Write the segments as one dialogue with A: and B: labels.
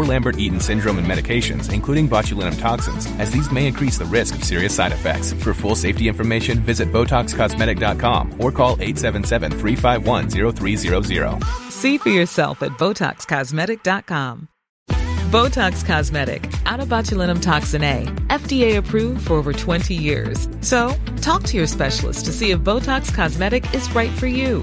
A: Lambert-Eaton syndrome and medications, including botulinum toxins, as these may increase the risk of serious side effects. For full safety information, visit BotoxCosmetic.com or call 877-351-0300.
B: See for yourself at BotoxCosmetic.com. Botox Cosmetic, out of botulinum toxin A, FDA approved for over 20 years. So, talk to your specialist to see if Botox Cosmetic is right for you.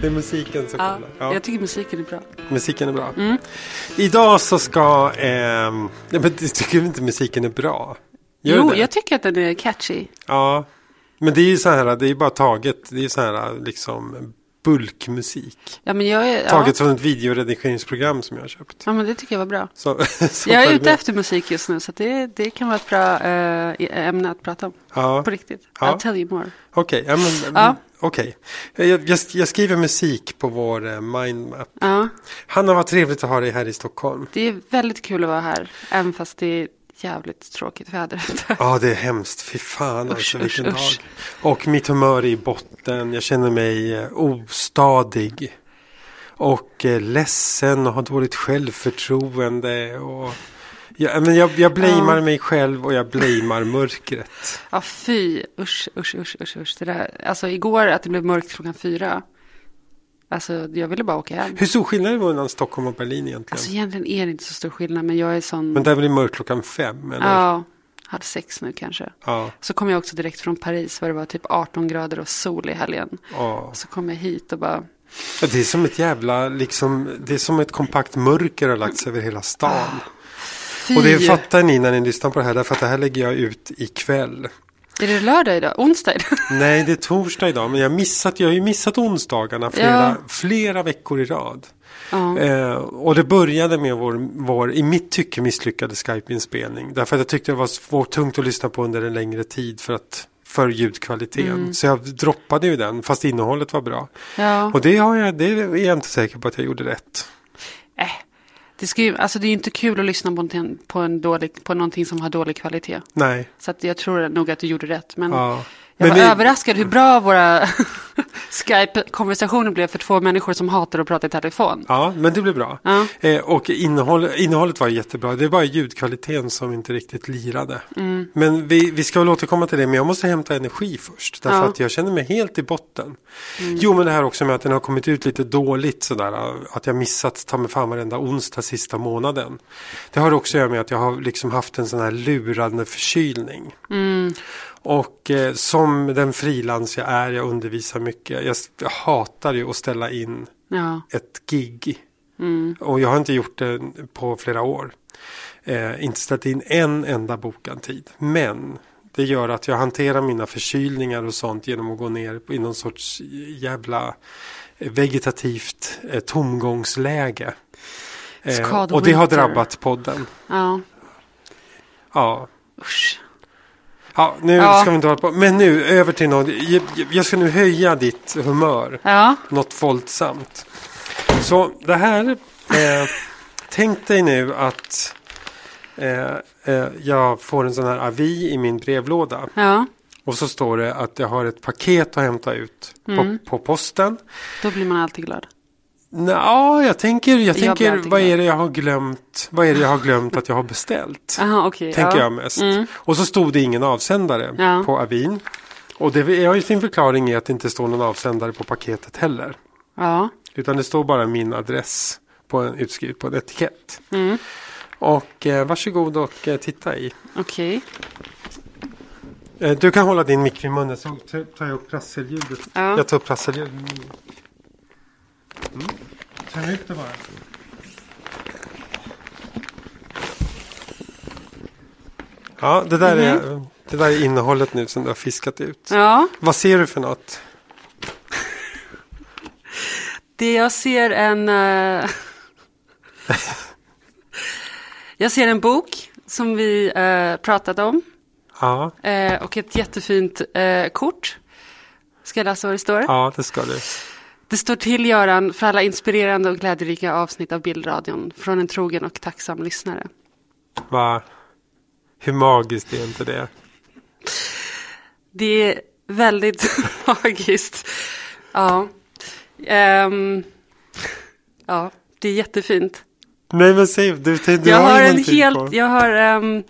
C: Det är musiken som
D: Ja,
C: kommer.
D: jag Mm. tycker musiken är bra.
C: Musiken är bra. Idag så ska... ehm, nej, men du tycker inte musiken är bra? Gör
D: jo,
C: du det?
D: jag tycker att den är catchy.
C: Ja. Men det är ju så här, det är ju bara taget. Det är ju så här liksom bulkmusik.
D: Ja, men jag är,
C: Taget
D: ja.
C: från ett videoredigeringsprogram som jag har köpt.
D: ja, men det tycker jag var bra.
C: Så, så
D: Jag är
C: följ
D: ute
C: med.
D: efter musik just nu, så att det, det kan vara ett bra eh, ämne att prata om.
C: Ja.
D: På riktigt.
C: Ja.
D: I'll tell you more.
C: Okej, ja, men, mm,
D: Ja.
C: okej. Jag, jag, jag skriver musik på vår eh, mindmap.
D: Ja,
C: Hanna, vad trevligt att ha dig här i Stockholm.
D: det är väldigt kul att vara här, även fast det är jävligt tråkigt väder ute.
C: Ja, det är hemskt. Fy fan alltså,
D: Usch,
C: vilken
D: usch, usch.
C: dag. Och mitt humör är i botten. Jag känner mig eh, ostadig. Och eh, ledsen och har dåligt självförtroende. Och... Ja, men jag, jag blamear mig själv och jag blamear mörkret.
D: Ja, fy. Usch, usch, usch, usch, usch. Det där, alltså igår att det blev mörkt klockan fyra. Alltså, jag ville bara åka hem.
C: Hur stor skillnad är det mellan Stockholm och Berlin egentligen?
D: Alltså egentligen är det inte så stor skillnad, men jag är sån.
C: Men där blir det mörkt klockan fem, eller?
D: Ja, hade sex nu kanske.
C: Ja.
D: Så kom jag också direkt från Paris, var det var typ 18 grader och sol i helgen.
C: Ja.
D: Så kom jag hit och bara,
C: Ja, Det är som ett jävla, liksom, det är som ett kompakt mörker har lagts över hela stan.
D: fy.
C: Och det fattar ni när ni lyssnar på det här, därför att det här lägger jag ut ikväll.
D: Är det lördag idag? Onsdag idag?
C: Nej, det är torsdag idag, men jag, har missat, jag har ju missat onsdagarna flera, flera veckor i rad.
D: Ja.
C: Eh, och det började med vår, vår, i mitt tycke, misslyckade Skype-inspelning. Därför att jag tyckte det var svårt, tungt att lyssna på under en längre tid för, att, för ljudkvaliteten. Så jag droppade ju den, fast innehållet var bra.
D: Ja.
C: Och det, har jag, det är jag inte säker på att jag gjorde rätt.
D: Äh. Det, ska ju, alltså det är ju inte kul att lyssna på, en, på, en dålig, på någonting som har dålig kvalitet.
C: Nej.
D: Så att jag tror nog att du gjorde rätt. Men
C: Ja. Men
D: jag var
C: det-
D: överraskad hur bra våra Skype-konversationer blev för två människor som hatar att prata i telefon.
C: Ja, men det blev bra.
D: Ja.
C: Eh, och innehåll, innehållet var jättebra. Det var ljudkvaliteten som inte riktigt lirade.
D: Mm.
C: Men vi, vi ska väl återkomma till det. Men jag måste hämta energi först. Därför
D: Ja. Mm.
C: att jag känner mig helt i botten. Jo, men det här också med att den har kommit ut lite dåligt. Sådär, att jag missat ta mig fan varenda onsdag sista månaden. Det har också att göra med att jag har liksom haft en sån här lurande förkylning.
D: Mm.
C: Och eh, som den frilans jag är, jag undervisar mycket. Jag, s- jag hatar ju att ställa in
D: Ja.
C: ett gig. Och jag har inte gjort det på flera år. Eh, inte ställt in en enda bokad tid. Men det gör att jag hanterar mina förkylningar och sånt genom att gå ner i någon sorts jävla vegetativt eh, tomgångsläge. Eh,
D: Skador
C: och det har
D: winter.
C: drabbat podden.
D: ja.
C: Ja.
D: Usch.
C: Ja, nu
D: Ja.
C: ska vi inte hålla på. Men nu över till något. Jag, jag- jag ska nu höja ditt humör.
D: Ja.
C: Något våldsamt. Så det här. Eh, tänk dig nu att eh, eh, jag får en sån här avi i min brevlåda.
D: Ja.
C: Och så
D: Mm.
C: står det att jag har ett paket att hämta ut på, på posten.
D: Då blir man alltid glad.
C: Nå, jag tänker, jag tänker
D: alltid
C: vad är
D: glad.
C: det jag har glömt? Vad är det jag har glömt att jag har beställt?
D: Aha, okej.
C: tänker
D: ja. Mm.
C: jag mest. Och så stod det ingen avsändare
D: Ja.
C: på avin. Och det har ju sin förklaring i att det inte står någon avsändare på paketet heller.
D: Ja.
C: Utan det står bara min adress på en, utskrivet på en etikett.
D: Mm.
C: Och eh, varsågod och eh, titta i.
D: Okej.
C: Eh, du kan hålla din mick vid munnen så t- tar jag upp prasselljudet.
D: Ja.
C: Jag tar upp prasselljudet. Mm. Känn ut det bara. Ja, det där, är, det där är innehållet nu som du har fiskat ut.
D: Mhm. Ja.
C: Vad ser du för något?
D: Det jag ser en... eh, jag ser en bok som vi eh, pratade om.
C: Ja,
D: eh, och ett jättefint eh, kort. Ska jag läsa vad det står?
C: ja det ska du.
D: Det står till Göran för alla inspirerande och glädjerika avsnitt av Bildradion från en trogen och tacksam lyssnare.
C: Va? Hur magiskt är inte det?
D: Det är väldigt magiskt. Ja. Ehm, ja, det är jättefint.
C: Nej men säg, du, du, du
D: jag har en
C: ingenting
D: helt,
C: på.
D: jag har, ehm,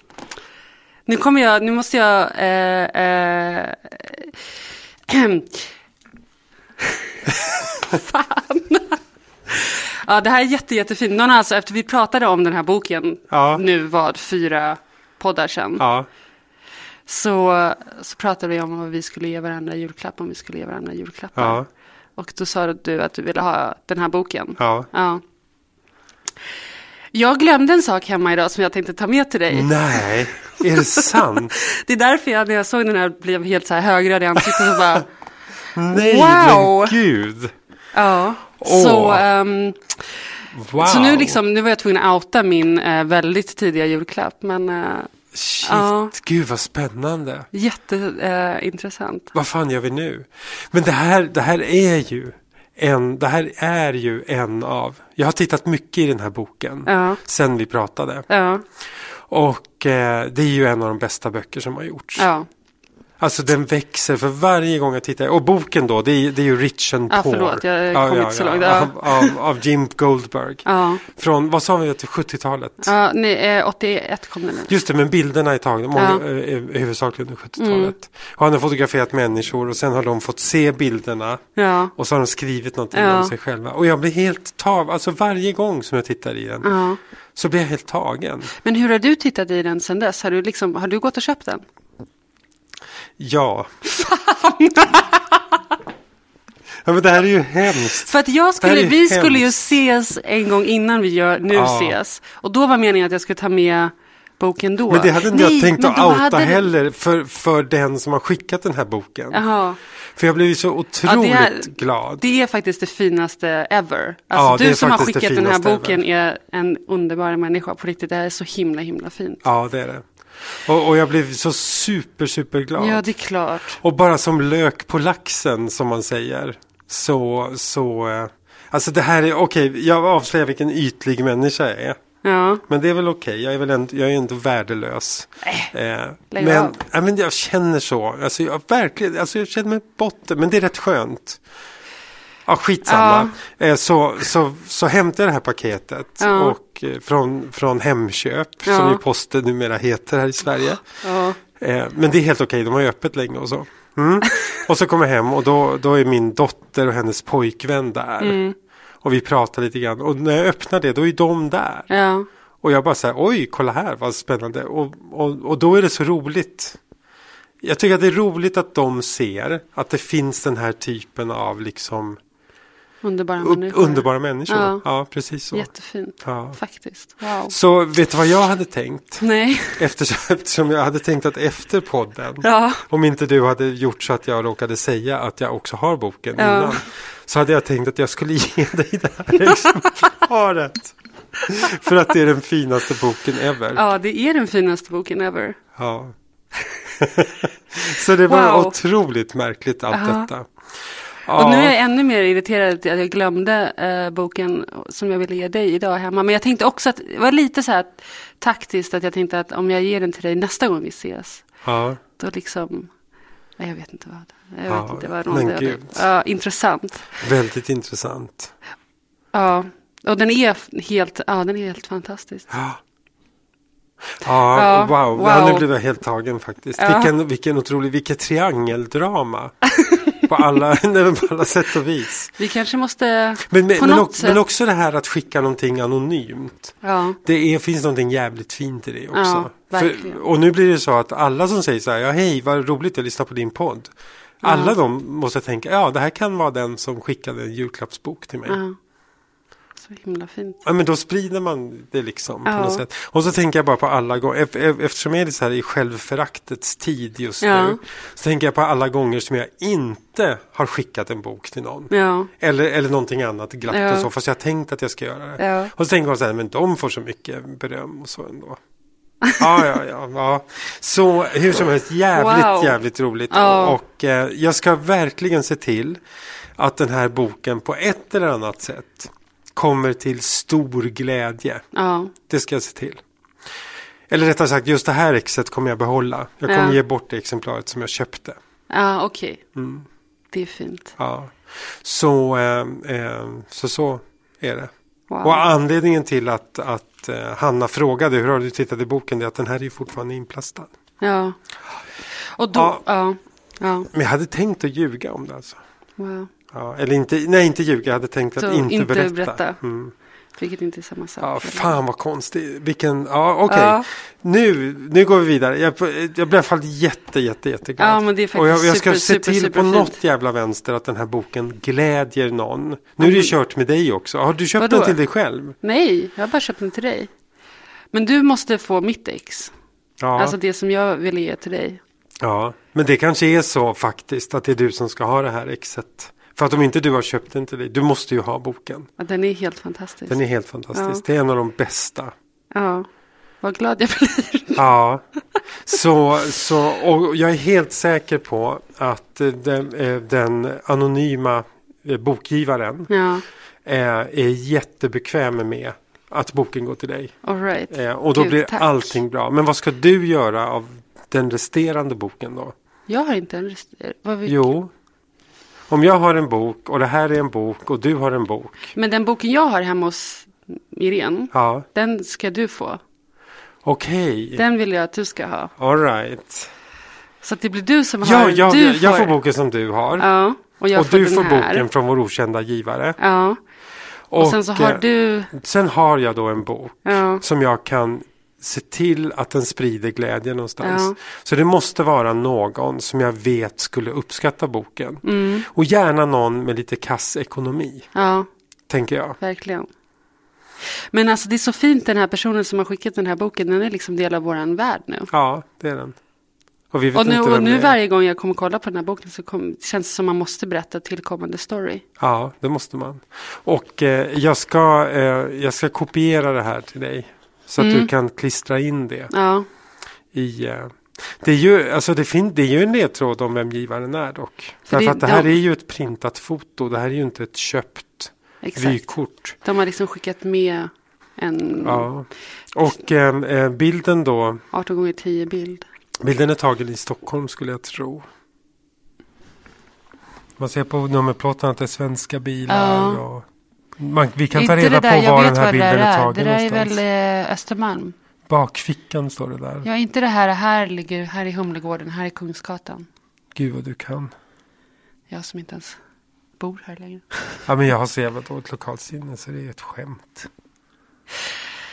D: nu kommer jag, nu måste jag, eh, eh, fan. ja, det här är jätte, jättefint. Någon har alltså, efter vi pratade om den här boken,
C: Ja.
D: nu var fyra poddar sedan,
C: Ja,
D: så, så pratade vi om vad vi skulle ge varandra i julklapp, om vi skulle ge varandra julklappar.
C: Ja.
D: Och då sa du att du ville ha den här boken.
C: ja.
D: Ja. Jag glömde en sak hemma idag som jag tänkte ta med till dig.
C: Nej, är det sant?
D: Det är därför jag när jag såg den här blev helt så här högröd i ansiktet och bara,
C: Nej
D: Wow.
C: men gud.
D: ja.
C: Åh.
D: Så, ehm,
C: Wow.
D: så nu, liksom, nu var jag tvungen att outa min eh, väldigt tidiga julklapp, men eh,
C: Shit,
D: Ja.
C: gud vad spännande.
D: eh, jätteintressant.
C: Vad fan gör vi nu? Men det här, det här är ju en, det här är ju en av. Jag har tittat mycket i den här boken.
D: Ja.
C: Sen vi pratade.
D: Ja,
C: Och eh, det är ju en av de bästa böcker som har gjorts.
D: ja,
C: Alltså den växer för varje gång jag tittar. Och boken då, det är, det är ju Rich and
D: Ja,
C: Poor.
D: förlåt, jag kom inte så långt. Ja.
C: Av, av, av Jim Goldberg.
D: ja.
C: Från, vad sa vi, till 70-talet?
D: ja nej, eh, 81 kom den nu.
C: Just det, men bilderna är tagna många,
D: Ja.
C: eh, eh, huvudsakligen under 70-talet. Och han har fotograferat människor och sen har de fått se bilderna
D: Ja,
C: och så har de skrivit någonting
D: Ja.
C: om sig själva. Och jag blir helt tagen, alltså varje gång som jag tittar i den
D: ja.
C: så blir jag helt tagen.
D: Men hur har du tittat i den sen dess? Har du, liksom, har du gått och köpt den?
C: Ja. ja men det här är ju hemskt.
D: För att jag
C: Det
D: skulle,
C: här är
D: vi skulle ju
C: hemskt.
D: ses en gång innan vi gör, nu
C: Ja.
D: ses. Och då var meningen att jag skulle ta med boken då.
C: Men det hade inte
D: Nej,
C: jag tänkt
D: men
C: att
D: de
C: outa
D: hade-
C: heller för, för den som har skickat den här boken.
D: Jaha.
C: För jag blev ju så otroligt glad.
D: Det är faktiskt det finaste ever.
C: Ja,
D: Alltså,
C: det är
D: du som har
C: faktiskt det
D: skickat den här
C: finaste
D: boken är en underbar människa på riktigt. Det här är så himla, himla fint.
C: Ja, det är det. Och, och jag blev så super, super glad.
D: Ja, det är klart.
C: Och bara som lök på laxen som man säger. Så, så. eh, Alltså det här är, okej, jag avslöjar vilken ytlig människa jag är.
D: Ja,
C: Men det är väl okej, jag är väl ändå, jag är inte värdelös. Eh,
D: lägg
C: men,
D: av.
C: ja, men jag känner så, alltså jag verkligen, alltså jag känner mig botten, men det är rätt skönt. Ja, skitsamma. Eh, så, så, så hämtade jag det här paketet
D: Ja.
C: och, eh, från, från Hemköp, som
D: Ja.
C: ju posten numera heter här i Sverige.
D: ja.
C: Eh, men det är helt okej, de har ju öppet länge och så. Mm. Och så kommer jag hem och då, då är min dotter och hennes pojkvän där.
D: Mm.
C: Och vi pratar lite grann och när jag öppnar det då är de där.
D: ja.
C: Och jag bara så här, oj, kolla här vad spännande. Och, och, och då är det så roligt. Jag tycker att det är roligt att de ser att det finns den här typen av liksom
D: Underbara
C: upp,
D: människor.
C: underbara människor. Ja,
D: Ja.
C: precis så.
D: Jättefint,
C: Ja.
D: faktiskt. Wow.
C: Så vet du vad jag hade tänkt?
D: Nej,
C: Eftersom, eftersom jag hade tänkt att efter podden
D: ja.
C: Om inte du hade gjort så att jag råkade säga att jag också har boken
D: Ja.
C: innan. Så hade jag tänkt att jag skulle ge dig det här exemplaret. För att det är den finaste boken ever. Ja.
D: ja, det är den finaste boken ever.
C: så det var
D: Wow.
C: otroligt märkligt allt
D: Ja.
C: detta.
D: Och nu är
C: Ja.
D: jag ännu mer irriterad att jag glömde eh, boken som jag ville ge dig idag hemma. Men jag tänkte också att det var lite så här taktiskt att jag tänkte att om jag ger den till dig nästa gång vi ses,
C: Ja.
D: då liksom, nej, jag vet inte vad. Jag
C: Ja,
D: vet inte vad
C: men
D: någon
C: gud.
D: Ja, intressant.
C: Väldigt intressant.
D: Ja, och den är f- helt, ja, den är helt fantastisk.
C: Ja. Ja,
D: Ja,
C: wow.
D: wow.
C: Ja, nu blev jag helt tagen faktiskt.
D: Ja.
C: Vilken, vilken otrolig, vilket triangeldrama. på, alla, nej, men på alla sätt och vis.
D: Vi kanske måste
C: Men, men,
D: på
C: men,
D: något
C: också,
D: sätt.
C: men också det här att skicka någonting anonymt.
D: ja.
C: Det är, finns någonting jävligt fint i det också.
D: Ja, verkligen.
C: För, och nu blir det så att alla som säger så här, ja hej vad roligt att lyssna på din podd. Alla de måste tänka, ja det här kan vara den som skickade en julklappsbok till mig.
D: ja. Så himla fint.
C: Ja, men då sprider man det liksom på
D: Ja.
C: något sätt. Och så tänker jag bara på alla gånger, ef- ef- eftersom jag är så här i självföraktets tid just
D: Ja.
C: nu. Så tänker jag på alla gånger som jag inte har skickat en bok till någon.
D: Ja,
C: Eller, eller någonting annat glatt
D: Ja.
C: och så, fast jag har tänkt att jag ska göra det.
D: Ja.
C: Och så tänker man så här, men de får så mycket beröm och så ändå. Ja, ja, ja, ja. Så hur som helst, jävligt,
D: Wow.
C: jävligt roligt.
D: Ja.
C: Och eh, jag ska verkligen se till att den här boken på ett eller annat sätt kommer till stor glädje.
D: ja,
C: Det ska jag se till. Eller rättare sagt, just det här exet kommer jag behålla. Jag kommer
D: Ja.
C: ge bort det exemplaret som jag köpte.
D: ja okej.
C: Mm.
D: Det är fint.
C: Ja. Så, eh, eh, så så är det.
D: Wow.
C: Och anledningen till att, att eh, Hanna frågade hur har du tittat i boken, det är att den här är ju fortfarande inplastad.
D: Ja. Och då,
C: Ja.
D: ja. ja.
C: Men jag hade tänkt att ljuga om det alltså.
D: wow.
C: Ja, eller inte, nej inte ljuga, jag hade tänkt att
D: Så
C: inte,
D: inte
C: berätta.
D: berätta.
C: Mm.
D: Vilket inte är samma sak.
C: Ja,
D: eller?
C: fan vad konstigt. Vilken, ja okej.
D: Ja.
C: Nu, nu går vi vidare. Jag, jag blev i alla fall jätte, jätte, jätteglad.
D: Ja, men det är faktiskt
C: Och jag, jag ska
D: super,
C: se
D: super,
C: till på
D: superfint.
C: något jävla vänster att den här boken glädjer någon. Nu är det ju kört med dig också. Har du köpt
D: Vadå?
C: den till dig själv?
D: Nej, jag har bara köpt den till dig. Men du måste få mitt ex.
C: Ja.
D: Alltså det som jag ville ge till dig.
C: Ja, men det kanske är så faktiskt att det är du som ska ha det här exet. För att om inte du har köpt den till dig, du måste ju ha boken.
D: Ja, den är helt fantastisk.
C: Den är helt fantastisk. Det är en av de bästa.
D: Ja, vad glad jag blir.
C: Ja, så, så och jag är helt säker på att eh, den, eh, den anonyma eh, bokgivaren
D: Ja,
C: eh, är jättebekväm med att boken går till dig.
D: all right.
C: Eh, Och då
D: Gud,
C: blir
D: tack.
C: allting bra. Men vad ska du göra av den resterande boken då?
D: Jag har inte en rest... vad vill-
C: Jo. Om jag har en bok och det här är en bok och du har en bok.
D: Men den boken jag har hemma hos Irene,
C: Ja,
D: den ska du få.
C: okej.
D: Den vill jag att du ska ha.
C: All right.
D: Så att det blir du som
C: Ja,
D: har.
C: jag,
D: du
C: jag får boken som du har.
D: Ja, och jag
C: och
D: får
C: du
D: den
C: får
D: här.
C: boken från vår okända givare.
D: Ja, och, sen så har
C: eh,
D: du...
C: sen har jag då en bok
D: Ja,
C: som jag kan se till att den sprider glädje någonstans.
D: Ja.
C: Så det måste vara någon som jag vet skulle uppskatta boken.
D: Mm.
C: Och gärna någon med lite kass ekonomi,
D: ja,
C: tänker jag.
D: verkligen. Men alltså det är så fint den här personen som har skickat den här boken. Den är liksom del av våran värld nu.
C: Ja, det är den. Och vi vet
D: Och nu,
C: inte vem
D: och nu
C: det är.
D: varje gång jag kommer kolla på den här boken så kom, det känns det som man måste berätta tillkommande story.
C: Ja, det måste man. Och eh, jag, ska, eh, jag ska kopiera det här till dig. Så att
D: Mm.
C: du kan klistra in det
D: Ja,
C: i... Eh, det, är ju, alltså det, fin- det är ju en ledtråd om vem givaren är dock.
D: För det-
C: Därför att det här
D: ja.
C: är ju ett printat foto. Det här är ju inte ett köpt
D: exakt.
C: vykort.
D: De har liksom skickat med en
C: Ja. Och eh, eh, bilden då.
D: 18 gånger 10 bild.
C: Bilden är tagen i Stockholm skulle jag tro. Man ser på nummerplåten att det är svenska bilar.
D: Ja.
C: Och man, vi kan
D: Är
C: ta
D: inte
C: reda
D: det där-
C: på
D: jag
C: var
D: vet
C: den här
D: vad det
C: bilden
D: där
C: är
D: är.
C: tagen
D: Det där är
C: någonstans.
D: väl eh, Östermalm?
C: Bakfickan står det där.
D: Ja, inte det här. Här ligger, här i Humlegården, här i Kungsgatan.
C: Gud vad du kan.
D: Jag som inte ens bor här längre.
C: Ja, men jag har så jävla dåligt lokalsinne så det är ett skämt.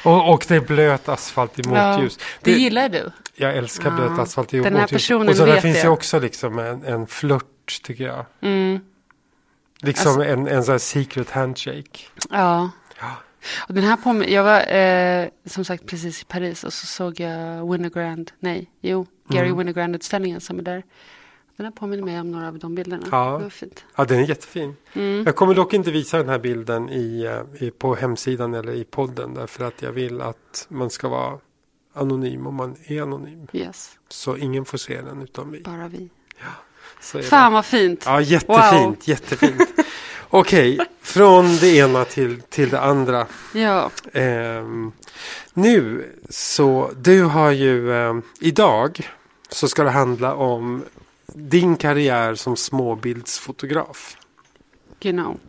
C: Och, och det är blöt asfalt i motljus.
D: Ja, det gillar du.
C: jag älskar
D: Ja.
C: blöt asfalt i
D: Den här
C: motljus.
D: personen
C: och så där
D: vet
C: finns
D: det.
C: ju också liksom en, en flört tycker jag.
D: Mm,
C: Liksom
D: Alltså-
C: en, en sån här secret handshake.
D: ja.
C: Ja.
D: Och den här påminner, jag var eh, som sagt precis i Paris och så såg jag Winogrand, nej, jo, Gary
C: Mm.
D: Winogrand-utställningen som är där. Den här påminner mig om några av de bilderna.
C: Ja.
D: Det var fint.
C: Ja, den är jättefin.
D: Mm.
C: Jag kommer dock inte visa den här bilden i, eh, i, på hemsidan eller i podden därför att jag vill att man ska vara anonym om man är anonym.
D: Yes,
C: Så ingen får se den utom vi.
D: bara vi.
C: Så är det.
D: Fan vad fint.
C: Ja, jättefint,
D: Wow.
C: jättefint. Okej, från det ena till, till det andra.
D: Ja,
C: Ehm, nu så, du har ju, ehm, idag så ska det handla om din karriär som småbildsfotograf.
D: you know.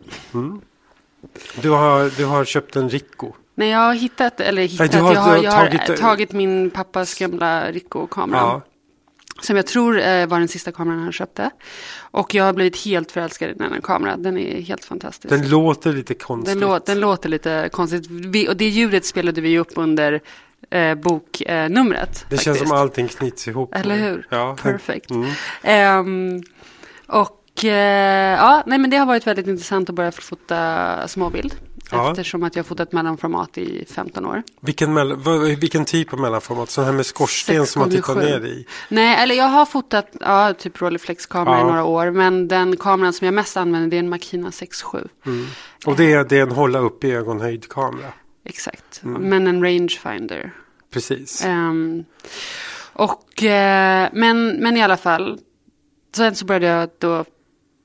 C: Du har, du har köpt en Rico.
D: Nej, jag har hittat, eller hittat,
C: du har-
D: jag har,
C: du
D: jag
C: har
D: har
C: tagit-
D: tagit, min pappas gamla Ricoh-kamera.
C: Ja.
D: Som jag tror eh, var den sista kameran han köpte. Och jag har blivit helt förälskad i den här kameran. Den är helt fantastisk.
C: Den låter lite konstigt.
D: Den, lå- den låter lite konstigt. Vi, och det ljudet spelade vi ju upp under eh, boknumret. Eh, numret,
C: det känns
D: faktiskt.
C: som allting knyts ihop.
D: Eller hur?
C: Ja.
D: Perfect.
C: Mm.
D: Ehm, och eh, ja, nej men det har varit väldigt intressant att börja fota småbild.
C: Ja.
D: Eftersom att jag har fotat mellanformat i 15 år.
C: Vilken, mell- vad- vilken typ av mellanformat? Sån här med skorsten som man tittar
D: 6,7.
C: ner i?
D: Nej, eller jag har fotat ja, typ rollreflexkamera i
C: Ja.
D: några år. Men den kameran som jag mest använder det är en Makina 6.7.
C: Mm. Och det är, det är en hålla upp i ögonhöjd kamera.
D: Exakt.
C: Mm.
D: Men en rangefinder.
C: Precis.
D: Ehm, och, eh, men, men i alla fall. Sen så började jag då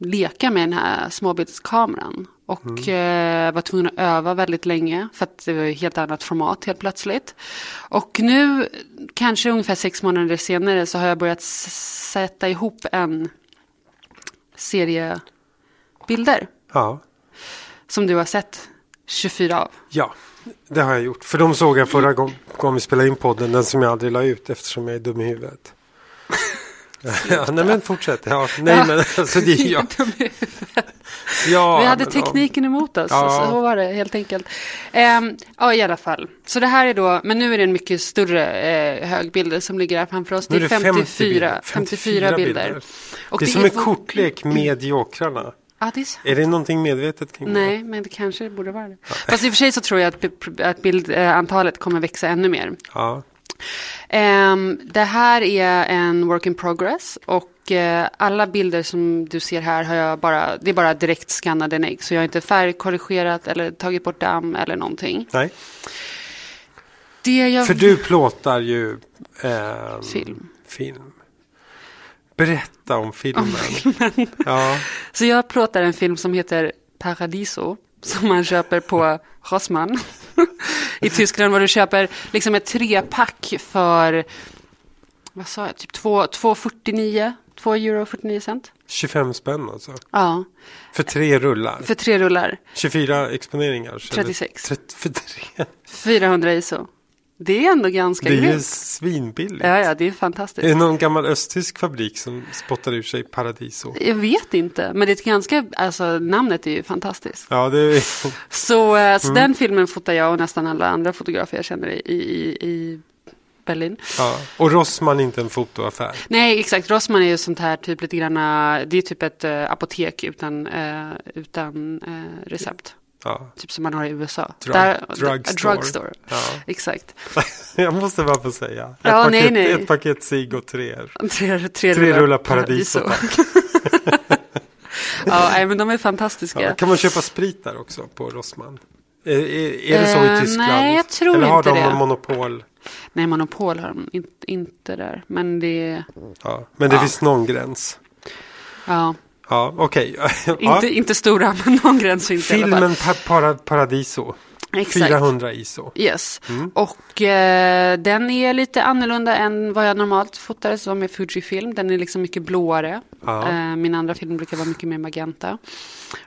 D: leka med den här småbildskameran. Och eh, var tvungen att öva väldigt länge. För att det var ju helt annat format helt plötsligt. Och nu, kanske ungefär sex månader senare, så har jag börjat s- sätta ihop en serie bilder.
C: Ja.
D: Som du har sett 24 av.
C: ja, det har jag gjort. För de såg jag förra gång- gången vi spelade in podden. Den som jag aldrig la ut eftersom jag är dum i huvudet. ja, nej men fortsätt. Ja, nej men alltså det är jag.
D: Typ.
C: Ja,
D: Vi hade
C: men, ja.
D: tekniken emot oss,
C: Ja.
D: så var det helt enkelt. Ehm, ja, i alla fall. Så det här är då, men nu är det en mycket större eh, högbild som ligger här framför oss. Det
C: Nu
D: är,
C: är det
D: 54,
C: 50 bilder.
D: 54,
C: 54
D: bilder.
C: bilder.
D: Och
C: det är som en
D: for-
C: kortlek med jokrarna.
D: Ja, det är så.
C: Är det någonting medvetet kring det?
D: Nej, men det kanske borde vara det. Fast i och för sig så tror jag att, bi- att bildantalet kommer växa ännu mer.
C: Ja.
D: Ehm, det här är en work in progress och eh, alla bilder som du ser här har jag bara, det är bara direkt skannade negg. Så jag har inte färgkorrigerat eller tagit bort damm eller någonting.
C: Nej.
D: Det jag
C: För du plåtar ju ehm,
D: Film.
C: film. Berätta om filmen. Ja.
D: Så jag plåtar en film som heter Paradiso som man köper på Rossmann i Tyskland. Var du köper liksom ett trepack för, vad sa jag, typ 2 2,49, 2 euro 49 cent.
C: 25 spänn alltså.
D: Ja,
C: För tre rullar.
D: för tre rullar,
C: 24 exponeringar. så är det
D: 36.
C: 30, för tre.
D: 400 iso. Det är ändå ganska
C: Det är ju
D: grymt.
C: svinbilligt.
D: Ja, ja, det är
C: Är det
D: fantastiskt.
C: någon gammal östtysk fabrik som spottar ur sig Paradiso?
D: Jag vet inte, men det är ett ganska, alltså namnet är ju fantastiskt.
C: Ja, det är...
D: Så, eh,
C: Mm.
D: så den filmen fotar jag och nästan alla andra fotografer jag känner i, i, i Berlin.
C: Ja. Och Rossmann är inte en fotoaffär.
D: Nej, exakt. Rossmann är ju sånt här typ lite granna, det är typ ett eh, apotek utan, eh, utan eh, recept.
C: Ja.
D: Typ som man har i USA.
C: Drug- drugstore.
D: drugstore. drugstore.
C: Ja.
D: Exakt.
C: Jag måste bara få säga. Ett,
D: Ja,
C: paket,
D: nej, nej.
C: ett paket cig och tre.
D: Tre, tre,
C: Tre rullar Paradiso,
D: ja, nej, men de är fantastiska.
C: Ja. Kan man köpa sprit där också på Rossmann? Är, är, är det så i
D: Eh,
C: Tyskland?
D: nej, jag tror
C: Eller har
D: inte
C: de
D: det.
C: någon monopol?
D: Nej, Monopol har de in, inte där. Men det,
C: Ja. Men det finns någon gräns.
D: ja.
C: Ja, okej.
D: Inte, inte stora, men någon gräns finns det i alla fall.
C: Filmen pa para Paradiso.
D: Exakt.
C: 400 ISO.
D: Yes,
C: Mm.
D: och eh, den är lite annorlunda än vad jag normalt fotar som är Fujifilm. Den är liksom mycket blåare.
C: Ja.
D: Eh, min andra film brukar vara mycket mer magenta.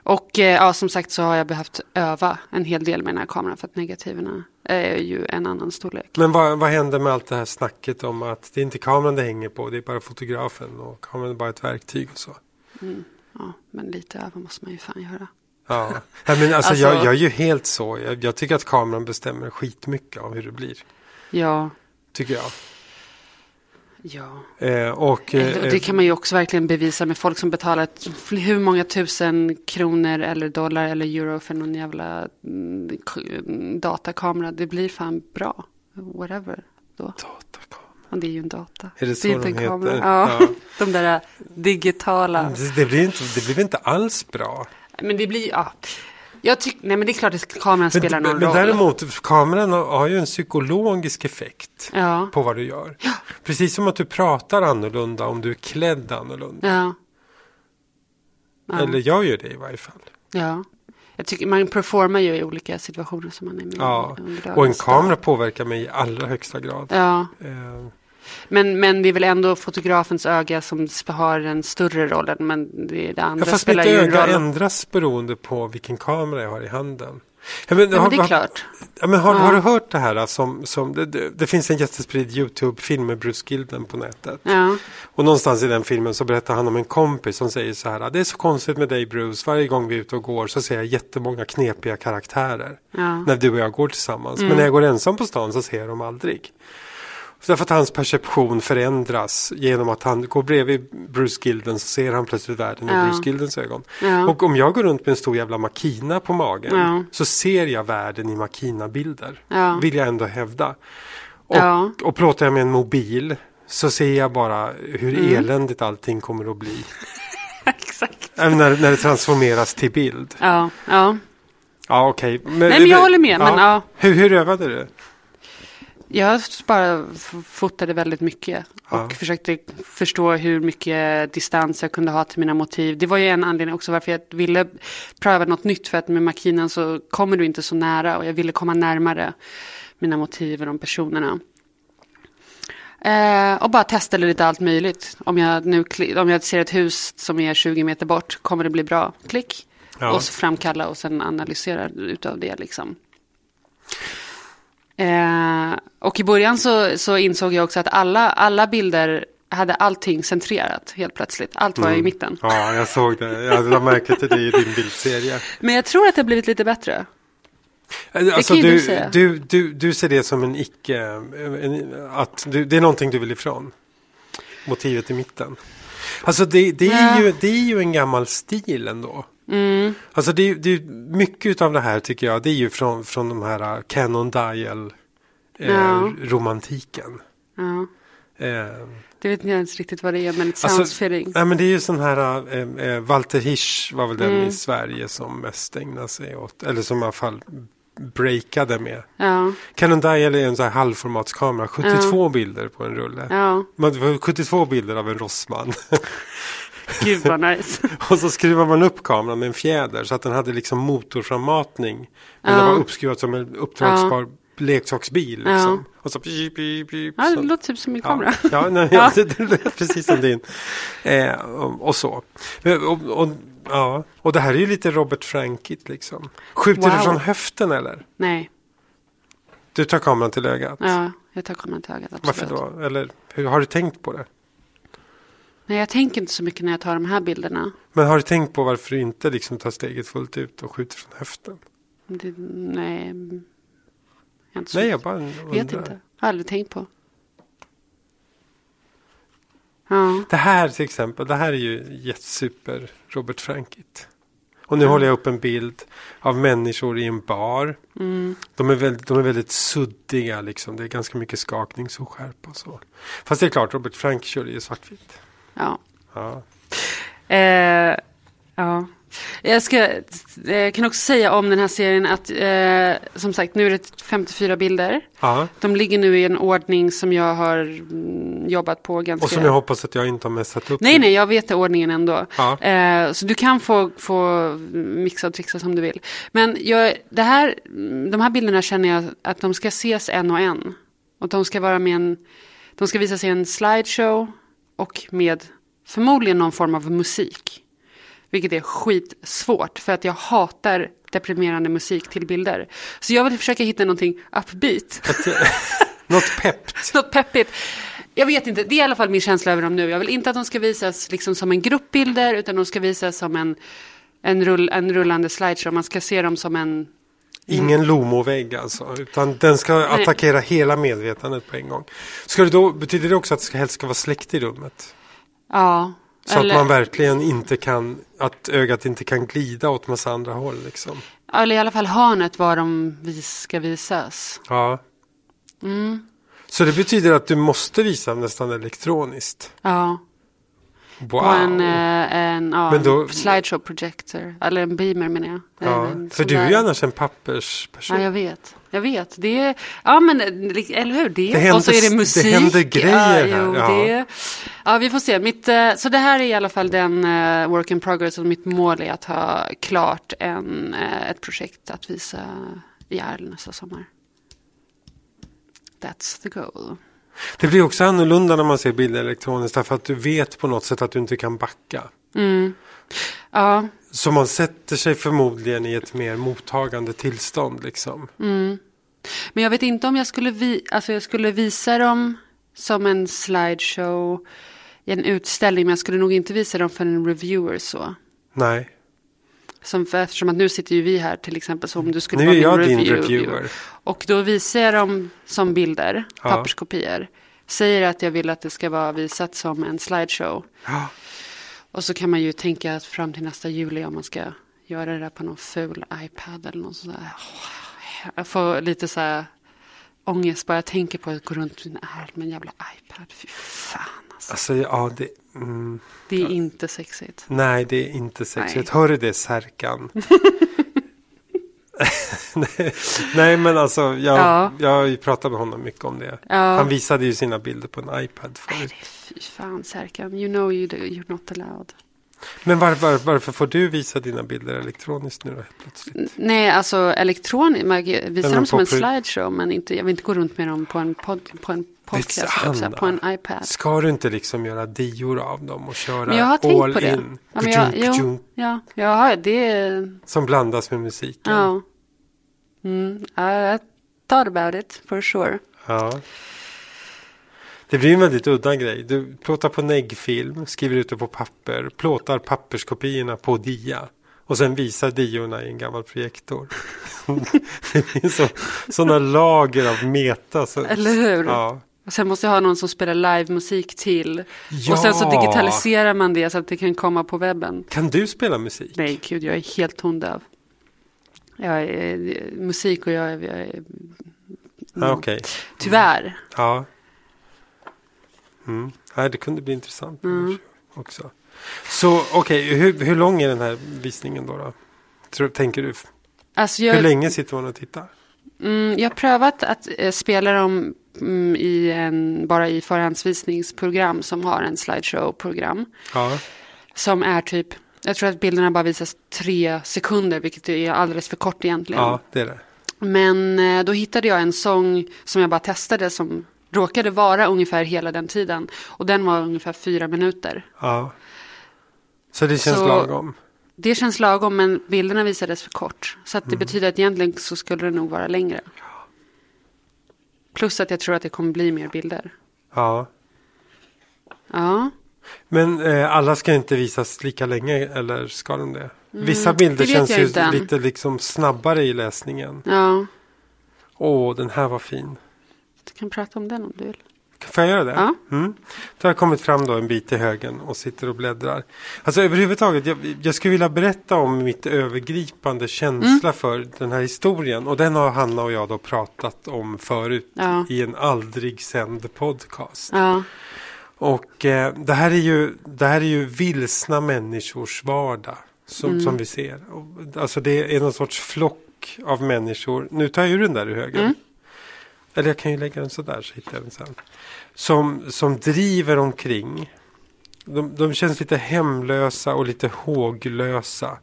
D: Och eh, ja, som sagt så har jag behövt öva en hel del med den här kameran för att negativerna är ju en annan storlek.
C: Men vad, vad händer med allt det här snacket om att det är inte kameran det hänger på, det är bara fotografen och kameran är bara ett verktyg och så.
D: Ja, men lite öva måste man ju fan göra.
C: Ja, ja men alltså,
D: Alltså-
C: Jag, jag är ju helt så. Jag, jag tycker att kameran bestämmer skitmycket av hur det blir.
D: Ja,
C: Tycker jag.
D: ja.
C: Eh, och, eh,
D: Och det kan man ju också verkligen bevisa med folk som betalat fl- hur många tusen kronor eller dollar eller euro för någon jävla mm, k- mm, datakamera. Det blir fan bra. Whatever. Då.
C: Datakamera.
D: Och det är ju en data.
C: Är det så
D: är inte
C: de
D: en
C: heter?
D: kamera. Ja.
C: Ja. Mm.
D: De där äh, digitala.
C: Det, det, blir inte, det blir inte alls bra.
D: Men det blir, ja. Jag tyck, nej men det är klart att kameran spelar
C: Men,
D: någon
C: men
D: roll.
C: däremot, kameran har- har ju en psykologisk effekt
D: Ja.
C: på vad du gör. Precis som att du pratar annorlunda om du är klädd annorlunda.
D: Ja.
C: Eller jag gör det i varje fall.
D: ja. Jag tycker man performar ju i olika situationer som man är med i
C: Ja.
D: under
C: Och en
D: dagens dag.
C: kamera påverkar mig i allra högsta grad.
D: Ja.
C: Eh,
D: Men, men det är väl ändå fotografens öga som har en större rollen. Men det, det andra
C: Ja, fast mitt
D: spelar ju en
C: öga
D: roll.
C: ändras beroende på vilken kamera jag har i handen. Ja, men,
D: Ja,
C: har-
D: men det är
C: har-
D: klart.
C: Ja, men har,
D: Ja.
C: har du hört det här? Som, som, det- det, det finns en jättespridd YouTube-film med Bruce Gilden på nätet.
D: Ja.
C: Och någonstans i den filmen så berättar han om en kompis som säger så här. "Ah, Det är så konstigt med dig Bruce. Varje gång vi är ute och går så ser jag jättemånga knepiga karaktärer.
D: Ja. Mm.
C: När du och jag går tillsammans. Men när jag går ensam på stan så ser jag dem aldrig. Därför att hans perception förändras genom att han går bredvid Bruce Gilden så ser han plötsligt världen
D: Ja.
C: i Bruce Gildens ögon.
D: Ja.
C: Och om jag går runt med en stor jävla makina på magen
D: Ja.
C: så ser jag världen i makinabilder.
D: Ja.
C: Vill jag ändå hävda. Och,
D: Ja.
C: och pratar jag med en mobil så ser jag bara hur eländigt allting kommer att bli.
D: Mm. Exakt.
C: Även när, när det transformeras till bild.
D: Ja, ja.
C: Ja, okej.
D: Nej, men jag håller med, men ja.
C: Hur, hur övade du?
D: Jag bara f- fotade väldigt mycket och
C: Ja.
D: försökte förstå hur mycket distans jag kunde ha till mina motiv. Det var ju en anledning också varför jag ville pröva något nytt för att med makinen så kommer du inte så nära och jag ville komma närmare mina motiv och de personerna. Eh, och bara testade lite allt möjligt. Om jag, nu, kli- om jag ser ett hus som är 20 meter bort, kommer det bli bra? Klick.
C: Ja.
D: Och så framkalla och sen analysera utav det liksom. Eh, och i början så, så insåg jag också att alla, alla bilder hade allting centrerat helt plötsligt. Allt var i mitten.
C: Mm. Ja, jag såg det. Jag lade märke till det i din bildserie.
D: Men jag tror att det har blivit lite bättre.
C: Alltså,
D: kan ju du
C: du,
D: säga.
C: du, du, du ser det som en icke... eh, En, att du, det är någonting du vill ifrån. Motivet i mitten. Alltså det, det, är,
D: Ja. Mm.
C: ju, det är ju en gammal stil ändå. Alltså det, är- det, är- mycket av det här tycker jag, det är ju från, från de här äh, Canon Dial eh,
D: Ja.
C: romantiken.
D: Ja.
C: Eh,
D: Det vet inte jag ens riktigt vad det är, men
C: Alltså-
D: it sounds fitting.
C: nej, men det är ju sån här, eh, eh, Walter Hirsch var väl den
D: Mm.
C: i Sverige som mest ägnade sig åt, eller som i alla fall breakade med.
D: Ja,
C: Canon Dial är en sån här halvformatskamera, 72 bilder på en rulle.
D: ja.
C: Man får 72 bilder av en rossman.
D: Gud vad nice.
C: och så skruvar man upp kameran med en fjäder så att den hade liksom motorframmatning. Men den
D: Ja.
C: var uppskruvad som en uppdragsbar leksaksbil.
D: Ja.
C: Liksom. Och så pip, pip, pip.
D: Ja,
C: så-
D: det låter typ som min kamera.
C: Ja, ja, nej,
D: Ja.
C: ja. Det, det lät precis som din. Eh, och, och så. Men, och, och, ja. och det här är ju lite Robert Frankigt liksom. Skjuter du
D: Wow.
C: från höften eller?
D: Nej,
C: Du tar kameran till ögat?
D: ja, jag tar kameran till ögat. absolut.
C: Varför då? Eller hur, har du tänkt på det?
D: Nej, jag tänker inte så mycket när jag tar de här bilderna.
C: Men har du tänkt på varför du inte liksom tar steget fullt ut och skjuter från höften?
D: Det, nej, jag är inte så
C: Nej, jag bara undrar.
D: vet inte. Har aldrig tänkt på. Ja.
C: Det här till exempel, det här är ju jättesuper Robert Frankigt. Och
D: Mm.
C: nu håller jag upp en bild av människor i en bar.
D: Mm.
C: De, är väldigt, de är väldigt suddiga liksom. Det är ganska mycket skakning, så skärpa och så. Fast det är klart, Robert Frank kör ju svartvitt.
D: Ja.
C: Ja.
D: Eh, ja. Jag ska, eh, kan också säga om den här serien att eh, som sagt nu är det 54 bilder.
C: ja.
D: De ligger nu i en ordning som jag har mm, jobbat på ganska...
C: Och som jag hoppas att jag inte har messat upp.
D: Nej, nej, jag vet det, ordningen ändå.
C: Ja.
D: Eh, så du kan få, få mixa och trixa som du vill. Men jag, det här, de här bilderna känner jag att de ska ses en och en. Och de ska vara med en, de ska visas i en slideshow och med förmodligen någon form av musik. Vilket är skitsvårt för att jag hatar deprimerande musik till bilder. Så jag vill försöka hitta någonting upbeat.
C: Något peppt.
D: Något peppigt. Jag vet inte, det är i alla fall min känsla över dem nu. Jag vill inte att de ska visas liksom som en gruppbilder utan de ska visas som en, en, rull, en rullande slideshow. Man ska se dem som en... Mm.
C: Ingen Lomo-vägg alltså, utan den ska attackera hela medvetandet på en gång. Ska det då, betyder det också att det ska- helst ska vara släkt i rummet?
D: Ja.
C: Så
D: eller,
C: att man verkligen inte kan, att ögat inte kan glida åt massa andra håll liksom.
D: eller i alla fall hörnet var de vis, ska visas.
C: Ja.
D: Mm.
C: Så det betyder att du måste visa nästan elektroniskt?
D: Ja.
C: Wow.
D: På en, eh, en, ja,
C: Men då-
D: en slideshow projector. Eller en beamer menar jag.
C: ja.
D: En
C: För
D: sån
C: du är
D: där.
C: ju annars en pappersperson.
D: Ja, jag vet. Jag vet. Det är, ja, men li- eller hur? Det,
C: Det händer-
D: och så är det
C: det
D: musik.
C: händer grejer
D: ja, jo,
C: här, ja.
D: Det, ja, vi får se. Mitt, eh, så det här är i alla fall den eh, work in progress och mitt mål är att ha klart en, eh, ett projekt att visa i Arl nästa sommar. That's the goal.
C: Det blir också annorlunda när man ser bilder elektroniskt därför att du vet på något sätt att du inte kan backa.
D: Ja,
C: Så man sätter sig förmodligen i ett mer mottagande tillstånd. Liksom.
D: Mm. men jag vet inte om jag skulle, vi, alltså jag skulle visa dem som en slideshow i en utställning. Men jag skulle nog inte visa dem för en reviewer så.
C: Nej.
D: Som för, eftersom att nu sitter ju vi här till exempel. Så om du skulle
C: Nu
D: vara
C: är jag
D: min
C: din
D: review-
C: reviewer.
D: Och då visar jag dem som bilder,
C: Ja.
D: papperskopior. Säger att jag vill att det ska vara visat som en slideshow.
C: Ja.
D: Och så kan man ju tänka att fram till nästa juli om man ska göra det där på någon ful iPad eller något sånt där. Åh, Jag får lite så här ångest bara jag tänker på att gå runt med en här med en jävla iPad. Fy fan alltså.
C: Alltså, ja, det, mm,
D: Det är inte sexigt.
C: nej, det är inte sexigt.
D: Nej.
C: Hör du det, Särkan? Nej, nej, men alltså, jag,
D: Ja.
C: jag har ju pratat med honom mycket om det.
D: Ja.
C: Han visade ju sina bilder på en iPad
D: Nej,
C: förut.
D: det är fy fan Serkan. You know you do, you're not allowed.
C: Men var, var, varför får du visa dina bilder elektroniskt nu då, helt plötsligt?
D: Nej, alltså elektroniskt. Man visar
C: men
D: dem som
C: på
D: en
C: pro-
D: slideshow. Men inte, jag vill inte gå runt med dem på en, pod, på en podcast. Också,
C: Sanna.
D: på en iPad.
C: Ska du inte liksom göra dior av dem och köra
D: Men jag har tänkt
C: all
D: på det.
C: in?
D: Ja, men jag,
C: Kujunk,
D: jo,
C: kujunk,
D: ja, jag har det. är-
C: som blandas med musiken.
D: Ja. Mm, I thought about it for sure.
C: Ja. Det blir en väldigt udda grej. Du plåtar på neggfilm, skriver ut det på papper, plåtar papperskopiorna på dia. Och sen visar diorna i en gammal projektor. det finns sådana lager av meta. Så,
D: Eller hur?
C: Ja.
D: Och sen måste jag ha någon som spelar live musik till.
C: Ja!
D: Och sen så digitaliserar man det så att det kan komma på webben.
C: Kan du spela musik?
D: Nej, gud, jag är helt tondöv. Jag är, eh, musik och jag är, jag är
C: Ja, Okej.
D: tyvärr.
C: Ja. Mm. Nej, det kunde bli intressant
D: Mm.
C: också. Så okej, hur, hur lång är den här visningen då? då? Tror, tänker du?
D: Alltså
C: Hur
D: jag,
C: länge sitter man och tittar?
D: mm, jag har prövat att eh, spela dem mm, i en, bara i förhandsvisningsprogram som har en slideshow-program.
C: Ja.
D: Som är typ, jag tror att bilderna bara visas tre sekunder, vilket är alldeles för kort egentligen.
C: ja, det är det.
D: Men eh, då hittade jag en sång som jag bara testade som råkade vara ungefär hela den tiden. Och den var ungefär fyra minuter.
C: Ja. Så det känns
D: Så-
C: lagom.
D: Det känns lagom men bilderna visades för kort. Så
C: Mm.
D: att det betyder att egentligen så skulle det nog vara längre. Plus att jag tror att det kommer bli mer bilder.
C: Ja.
D: Ja,
C: Men eh, alla ska inte visas lika länge eller ska de det? Vissa bilder
D: Mm. det vet
C: känns
D: jag
C: ju
D: inte än.
C: lite liksom snabbare i läsningen.
D: ja.
C: Åh, den här var fin.
D: Du kan prata om den om du vill.
C: Får jag göra det?
D: Ja.
C: Mm. Då har jag kommit fram då en bit till högen och sitter och bläddrar. Alltså överhuvudtaget, jag, jag skulle vilja berätta om mitt övergripande känsla
D: Mm.
C: för den här historien. Och den har Hanna och jag då pratat om förut
D: Ja.
C: i en aldrig sänd podcast.
D: Ja,
C: Och eh, det, här är ju, det här är ju vilsna människors vardag som,
D: Mm.
C: som vi ser. Och, Alltså det är någon sorts flock av människor. Nu tar jag ju den där i
D: Mm.
C: höger. Eller jag kan ju lägga den sådär så hittar jag den sen. Som, som driver omkring. De, de känns lite hemlösa och lite håglösa.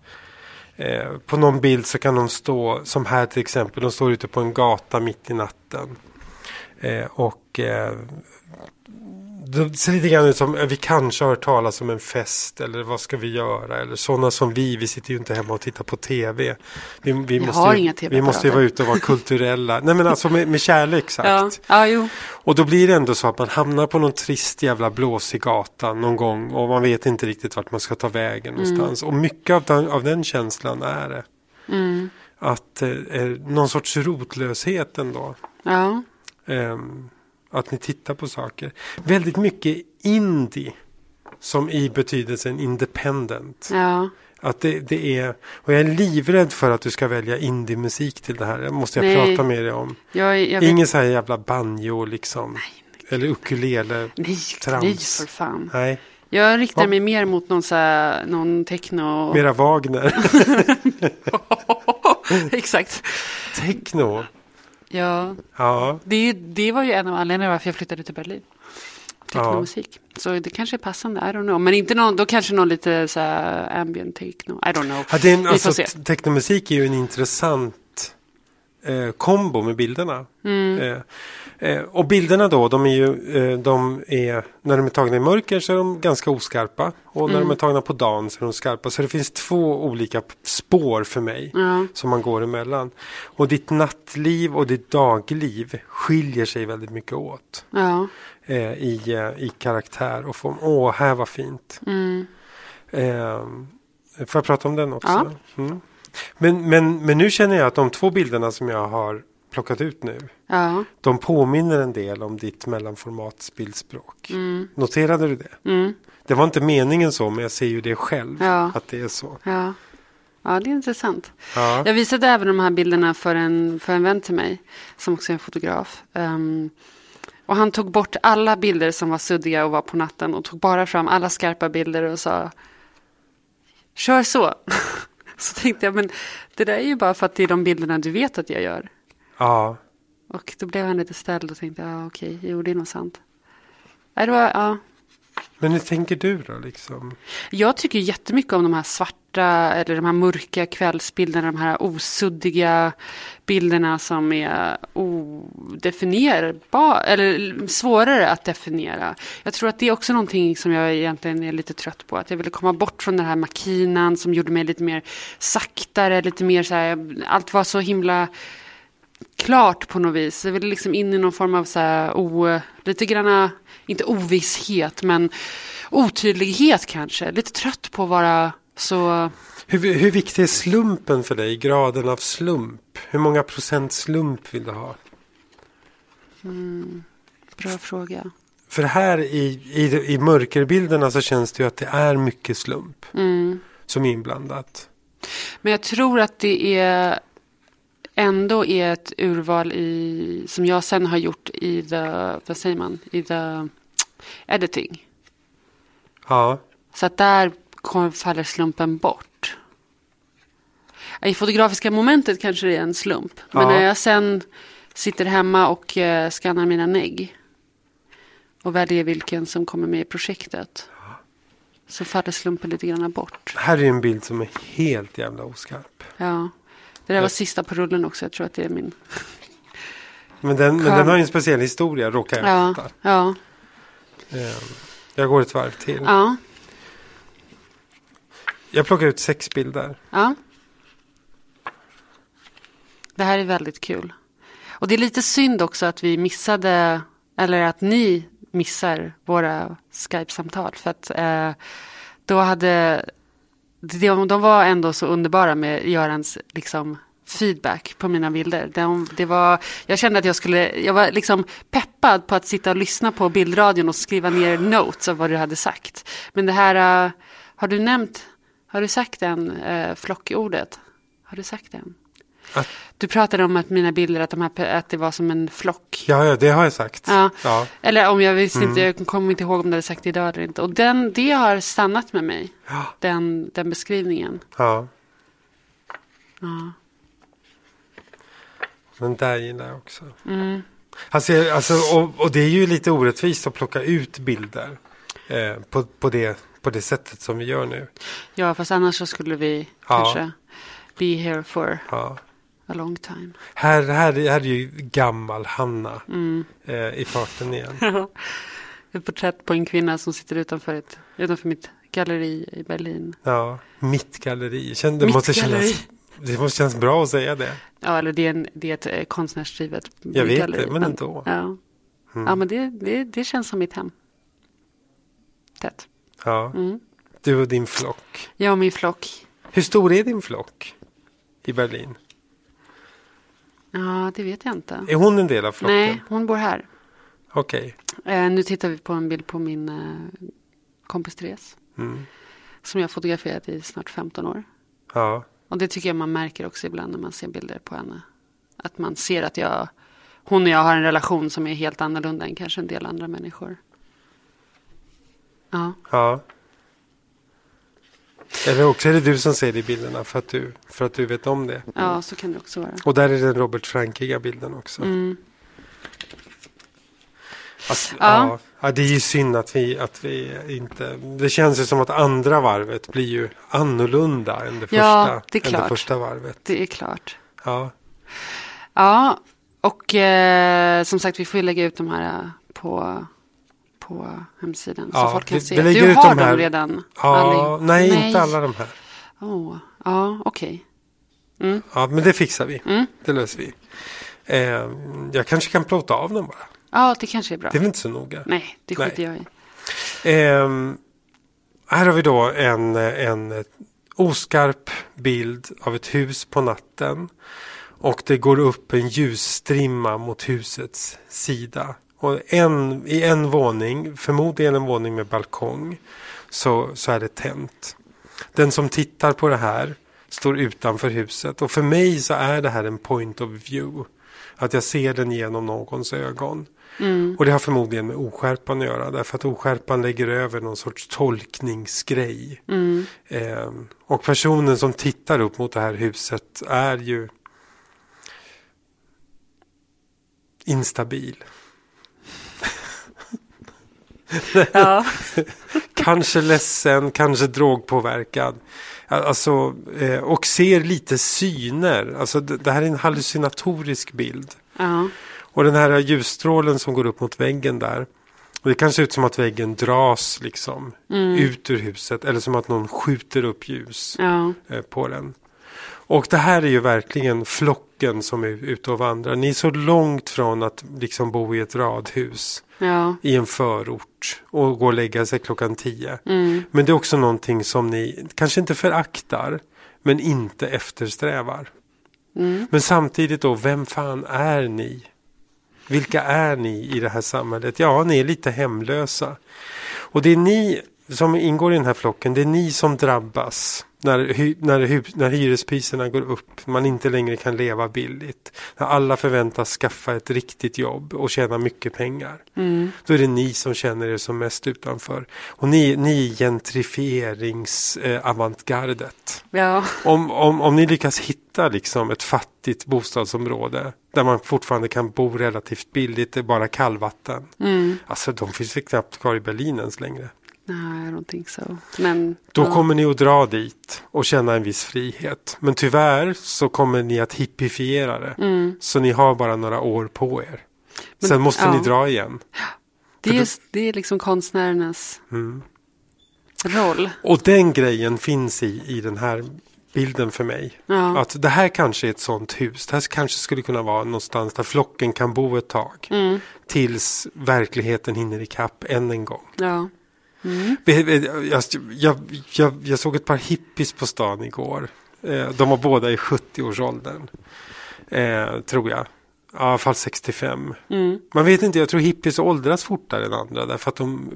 C: Eh, på någon bild så kan de stå, som här till exempel, de står ute på en gata mitt i natten. Eh, och eh, det ser lite grann ut som eh, vi kanske har hört talas om en fest eller vad ska vi göra eller sådana som vi, vi sitter ju inte hemma och tittar på tv. Vi, vi,
D: Jag
C: måste,
D: har
C: ju,
D: inga TV
C: vi måste ju
D: apparater.
C: vara ute och vara kulturella. Nej men alltså med, med kärlek sagt.
D: ja, ja jo.
C: Och då blir det ändå så att man hamnar på någon trist jävla blåsig gata någon gång och man vet inte riktigt vart man ska ta vägen
D: Mm.
C: någonstans. Och mycket av den, av den känslan är det.
D: Mm.
C: Att eh, eh, någon sorts rotlöshet ändå.
D: Ja,
C: Ehm, att ni tittar på saker. Väldigt mycket indie. Som i betydelsen independent.
D: ja.
C: Att det, det är, och jag är livrädd för att du ska välja indie-musik till det här. Det måste jag
D: Nej.
C: prata med dig om.
D: Jag, är- jag vet
C: Ingen så här jävla banjo liksom. Eller ukulele.
D: Nej,
C: Trams.
D: nej för fan.
C: Nej,
D: Jag riktar
C: Ja.
D: mig mer mot någon, så här, någon techno.
C: mera Wagner.
D: Exakt.
C: Techno.
D: Ja,
C: Ja,
D: det, det var ju en av anledningarna varför jag flyttade till Berlin.
C: ja.
D: Technomusik. Så det kanske är passande, I don't know. Men inte någon, då kanske någon lite så här ambient techno. I don't know.
C: ja det är en,
D: Vi får
C: alltså,
D: se.
C: t- technomusik är ju en intressant eh, kombo med bilderna.
D: Mm.
C: Eh, eh, och bilderna då, de är ju, eh, de är, när de är tagna i mörker så är de ganska oskarpa. Och när
D: Mm.
C: de är tagna på dagen så är de skarpa. Så det finns två olika p- spår för mig
D: Ja.
C: som man går emellan. Och ditt nattliv och ditt dagliv skiljer sig väldigt mycket åt.
D: Ja.
C: Eh, i, eh, I karaktär och form. Åh, här var fint.
D: Mm.
C: Ehm, får jag prata om den också?
D: Ja.
C: Mm. Men, men, men nu känner jag att de två bilderna som jag har plockat ut nu,
D: Ja.
C: de påminner en del om ditt mellanformatsbildspråk. Noterade du det?
D: Mm.
C: Det var inte meningen så, men jag ser ju det själv,
D: Ja.
C: att det är så.
D: Ja. ja, det är intressant.
C: Ja.
D: Jag visade även de här bilderna för en, för en vän till mig, som också är en fotograf. Ehm, och han tog bort alla bilder som var suddiga och var på natten och tog bara fram alla skarpa bilder och sa Kör så. så tänkte jag, men det där är ju bara för att det är de bilderna du vet att jag gör.
C: ja.
D: Och då blev han lite ställd och tänkte, ja okej, jo det är nog sant. Nej, det var, ja.
C: Men hur tänker du då? Liksom?
D: Jag tycker jättemycket om de här svarta eller de här mörka kvällsbilderna, de här osuddiga bilderna som är odefinierbara, eller svårare att definiera. Jag tror att det är också någonting som jag egentligen är lite trött på, att jag ville komma bort från den här makinan som gjorde mig lite mer saktare, lite mer så här, allt var så himla klart på något vis. Jag ville liksom in i någon form av så här, o, lite granna, inte ovisshet, men otydlighet kanske. Lite trött på att vara så,
C: Hur, hur viktig är slumpen för dig? Graden av slump? Hur många procent slump vill du ha?
D: bra fråga.
C: För här i, i, i mörkerbilderna så känns det ju att det är mycket slump
D: Mm.
C: som är inblandat.
D: Men jag tror att det är ändå är ett urval i, som jag sen har gjort i the, vad säger man, i the editing.
C: Ja,
D: Så att där kom, faller slumpen bort. I fotografiska momentet kanske det är en slump. Men
C: Ja.
D: när jag sen sitter hemma och eh, skannar mina negg och väljer vilken som kommer med i projektet så faller slumpen lite grann bort.
C: här är ju en bild som är helt jävla oskarp.
D: Ja. Det där var sista på rullen också. Jag tror att det är min.
C: Men den, men
D: Skön.
C: den har ju en speciell historia, råkar jag
D: Ja,
C: fatta.
D: ja,
C: Eh, Jag går ett varv till.
D: ja,
C: Jag plockar ut sex bilder.
D: ja. Det här är väldigt kul. Och det är lite synd också att vi missade, eller att ni missar våra Skype-samtal. För att eh, då hade, de, de var ändå så underbara med Görans liksom, feedback på mina bilder. De, det var, jag kände att jag skulle, jag var liksom peppad på att sitta och lyssna på bildradion och skriva ner notes av vad du hade sagt. Men det här, eh, har du nämnt, har du sagt än eh, flockordet? Har du sagt än?
C: Att-
D: Du pratade om att mina bilder, att, de här, pe- att det var som en flock.
C: Ja, ja, det har jag sagt.
D: Ja.
C: Ja. Mm.
D: Eller om jag visste inte, jag kommer inte ihåg om du hade sagt det idag eller inte. Och den, det har stannat med mig,
C: Ja.
D: den, den beskrivningen.
C: ja. Den där gillar jag också.
D: Mm.
C: Alltså, jag- alltså, och, och det är ju lite orättvist att plocka ut bilder eh, på, på, det, på det sättet som vi gör nu.
D: Ja, fast annars så skulle vi
C: Ja.
D: kanske be here for
C: Ja.
D: a long time.
C: Här, här, här är ju gammal Hanna
D: Mm.
C: eh, i farten igen.
D: Ett porträtt på en kvinna som sitter utanför, ett, utanför mitt galleri i Berlin.
C: Ja, mitt galleri. Känn, det,
D: Mitt
C: måste
D: galleri.
C: Kännas, det måste kännas bra att säga det.
D: Ja, eller det är, en, det är ett eh, konstnärsdrivet
C: Jag vet
D: galleri,
C: det, men Mm. ändå.
D: Ja, ja men det, det, det känns som mitt hem. Tätt.
C: Ja.
D: Mm.
C: Du och din flock.
D: Jag och min flock.
C: Hur stor är din flock i Berlin?
D: Ja, det vet jag inte.
C: Är hon en del av flocken?
D: Nej, hon bor här.
C: Okej.
D: Eh, nu tittar vi på en bild på min eh, kompis Therese.
C: Mm.
D: Som jag har fotograferat i snart 15 år.
C: Ja.
D: Och det tycker jag man märker också ibland när man ser bilder på henne. Att man ser att jag, hon och jag har en relation som är helt annorlunda än kanske en del andra människor. Ja,
C: ja. Eller också är det du som ser det i bilderna för att du, för att du vet om det.
D: ja så kan det också vara.
C: Och där är den Robert Frankiga bilden också. Alltså,
D: Mm. Ja.
C: ja. Ja, det är ju synd att vi, att vi inte... Det känns ju som att andra varvet blir ju annorlunda än det
D: Ja,
C: första,
D: det är
C: än det
D: klart.
C: första varvet.
D: Det är klart.
C: Ja.
D: Ja, och eh, som sagt vi får ju lägga ut de här eh, på, på hemsidan.
C: Ja,
D: så folk kan
C: vi-
D: se.
C: vi lägger
D: du
C: ut
D: har
C: de här.
D: dem redan?
C: Ja,
D: allihop?
C: nej, inte alla de här.
D: Åh, ja, okej.
C: Ja, men det fixar vi.
D: Mm.
C: Det löser vi. Eh, jag kanske kan plåta av dem bara.
D: Ja, det kanske är bra.
C: Det är väl inte så noga.
D: Nej, det
C: Nej.
D: skiter jag i.
C: Ehm, här har vi då en, en oskarp bild av ett hus på natten. Och det går upp en ljusstrimma mot husets sida. Och en, I en våning, förmodligen en våning med balkong, så, så är det tänt. Den som tittar på det här står utanför huset. Och för mig så är det här en point of view. Att jag ser den genom någons ögon. Och det har förmodligen med oskärpan att göra. Därför att oskärpan lägger över någon sorts tolkningsgrej. Eh, och personen som tittar upp mot det här huset är ju instabil.
D: Ja.
C: Kanske ledsen, kanske drogpåverkad. Alltså, eh, och ser lite syner. Alltså, det, det här är en hallucinatorisk bild.
D: ja.
C: Och den här ljusstrålen som går upp mot väggen där. Och det kan se ut som att väggen dras liksom ut ur huset. Eller som att någon skjuter upp ljus
D: Ja.
C: eh, på den. Och det här är ju verkligen flocken som är ute och vandrar. Ni är så långt från att liksom bo i ett radhus
D: Ja.
C: i en förort och gå och lägga sig klockan tio. Men det är också någonting som ni kanske inte föraktar men inte eftersträvar. Men samtidigt då, vem fan är ni? Vilka är ni i det här samhället? Ja, ni är lite hemlösa. Och det är ni som ingår i den här flocken, det är ni som drabbas när, hy- när, hu- när hyrespriserna går upp, man inte längre kan leva billigt, när alla förväntas skaffa ett riktigt jobb och tjäna mycket pengar. Då är det ni som känner er som mest utanför. Och ni, ni är gentrifieringsavantgardet.
D: Ja.
C: Om, om, om ni lyckas hitta liksom ett fattigt bostadsområde där man fortfarande kan bo relativt billigt, det är bara kallvatten.
D: Mm.
C: Alltså de finns väl knappt kvar i Berlin ens längre.
D: Nej, I don't think so. Men,
C: Då
D: ja.
C: kommer ni att dra dit och känna en viss frihet. Men tyvärr så kommer ni att hippifiera det. Så ni har bara några år på er.
D: Mm. Men-
C: Sen måste
D: ja.
C: ni dra igen.
D: det, är, det är liksom konstnärernas
C: Mm.
D: roll.
C: Och den grejen finns i, i den här bilden för mig.
D: Ja.
C: Att det här kanske är ett sånt hus. Det här kanske skulle kunna vara någonstans där flocken kan bo ett tag. Tills verkligheten hinner ikapp än en gång.
D: Ja.
C: Vi- vi- Jag, jag, jag, jag såg ett par hippies på stan igår. Eh, De var båda i 70-årsåldern. Eh, tror jag. Ja, I alla fall 65.
D: Mm.
C: Man vet inte, jag tror hippies åldras fortare än andra. Därför att de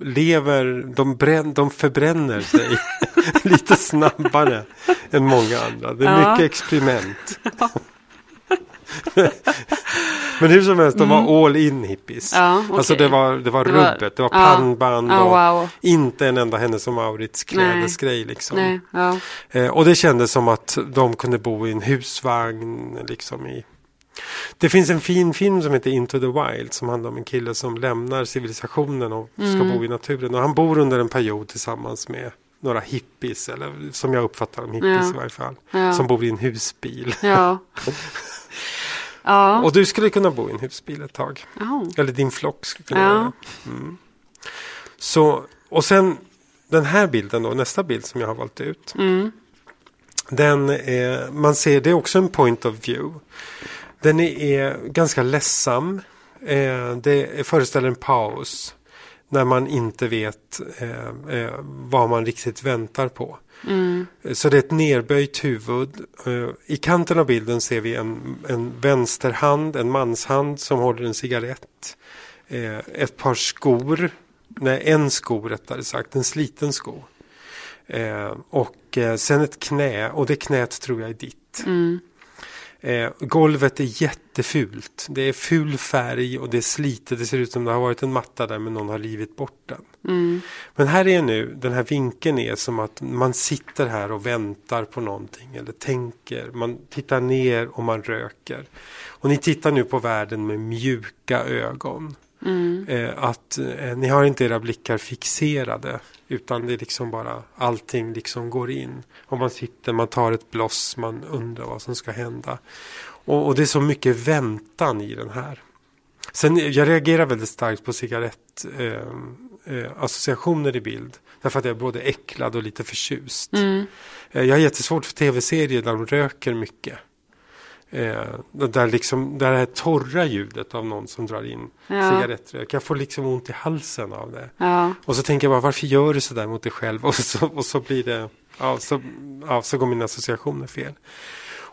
C: lever, de, brän, de förbränner sig lite snabbare än många andra. Det är
D: Ja.
C: mycket experiment. Men hur som helst, de var all in hippies.
D: Mm. Ja,
C: Alltså
D: okej.
C: det var, det var
D: Det var-
C: rubbet, det var
D: ja.
C: pannband
D: Ja,
C: och
D: wow.
C: inte en enda Hennes och Mauritz klädesgrej.
D: Nej,
C: Liksom.
D: ja.
C: Eh, och det kändes som att de kunde bo i en husvagn. Liksom i... Det finns en fin film som heter Into the Wild som handlar om en kille som lämnar civilisationen och ska
D: Mm.
C: bo i naturen. Och han bor under en period tillsammans med några hippies, eller som jag uppfattar dem, hippies
D: Ja.
C: i varje fall,
D: Ja.
C: som bor i en husbil.
D: Ja. ja.
C: Och du skulle kunna bo i en husbil ett tag.
D: Ja.
C: Eller din flock skulle kunna
D: Ja.
C: göra. Mm. Så, och sen den här bilden då, nästa bild som jag har valt ut. Den är, man ser, det är också en point of view. Den är ganska ledsam. Eh, det föreställer en paus. När man inte vet eh, eh, vad man riktigt väntar på. Så det är ett nerböjt huvud. Eh, I kanten av bilden ser vi en, en vänsterhand, en manshand som håller en cigarett. Eh, Ett par skor, nej en sko rättare sagt, en sliten sko. Eh, Och eh, sen ett knä och det knät tror jag är ditt. Eh, golvet är jättefult. Det är ful färg och det är slitet. Det ser ut som det har varit en matta där men någon har rivit bort den. Men här är nu, den här vinkeln är som att man sitter här och väntar på någonting eller tänker. Man tittar ner och man röker. Och ni tittar nu på världen med mjuka ögon. Eh, att eh, ni har inte era blickar fixerade utan det är liksom bara allting liksom går in. Och man sitter, man tar ett bloss, man undrar vad som ska hända. Och, och det är så mycket väntan i den här. Sen, jag reagerar väldigt starkt på cigarettassociationer eh, eh, i bild. Därför att jag är både äcklad och lite förtjust.
D: Mm.
C: Eh, jag har jättesvårt för tv-serier där de röker mycket. Eh, där, liksom, där det här torra ljudet av någon som drar in
D: Ja.
C: cigarettrök. Jag får liksom ont i halsen av det.
D: Ja.
C: Och så tänker jag bara, varför gör du sådär mot dig själv? Och så, och så blir det, ja så, ja, så går mina associationer fel.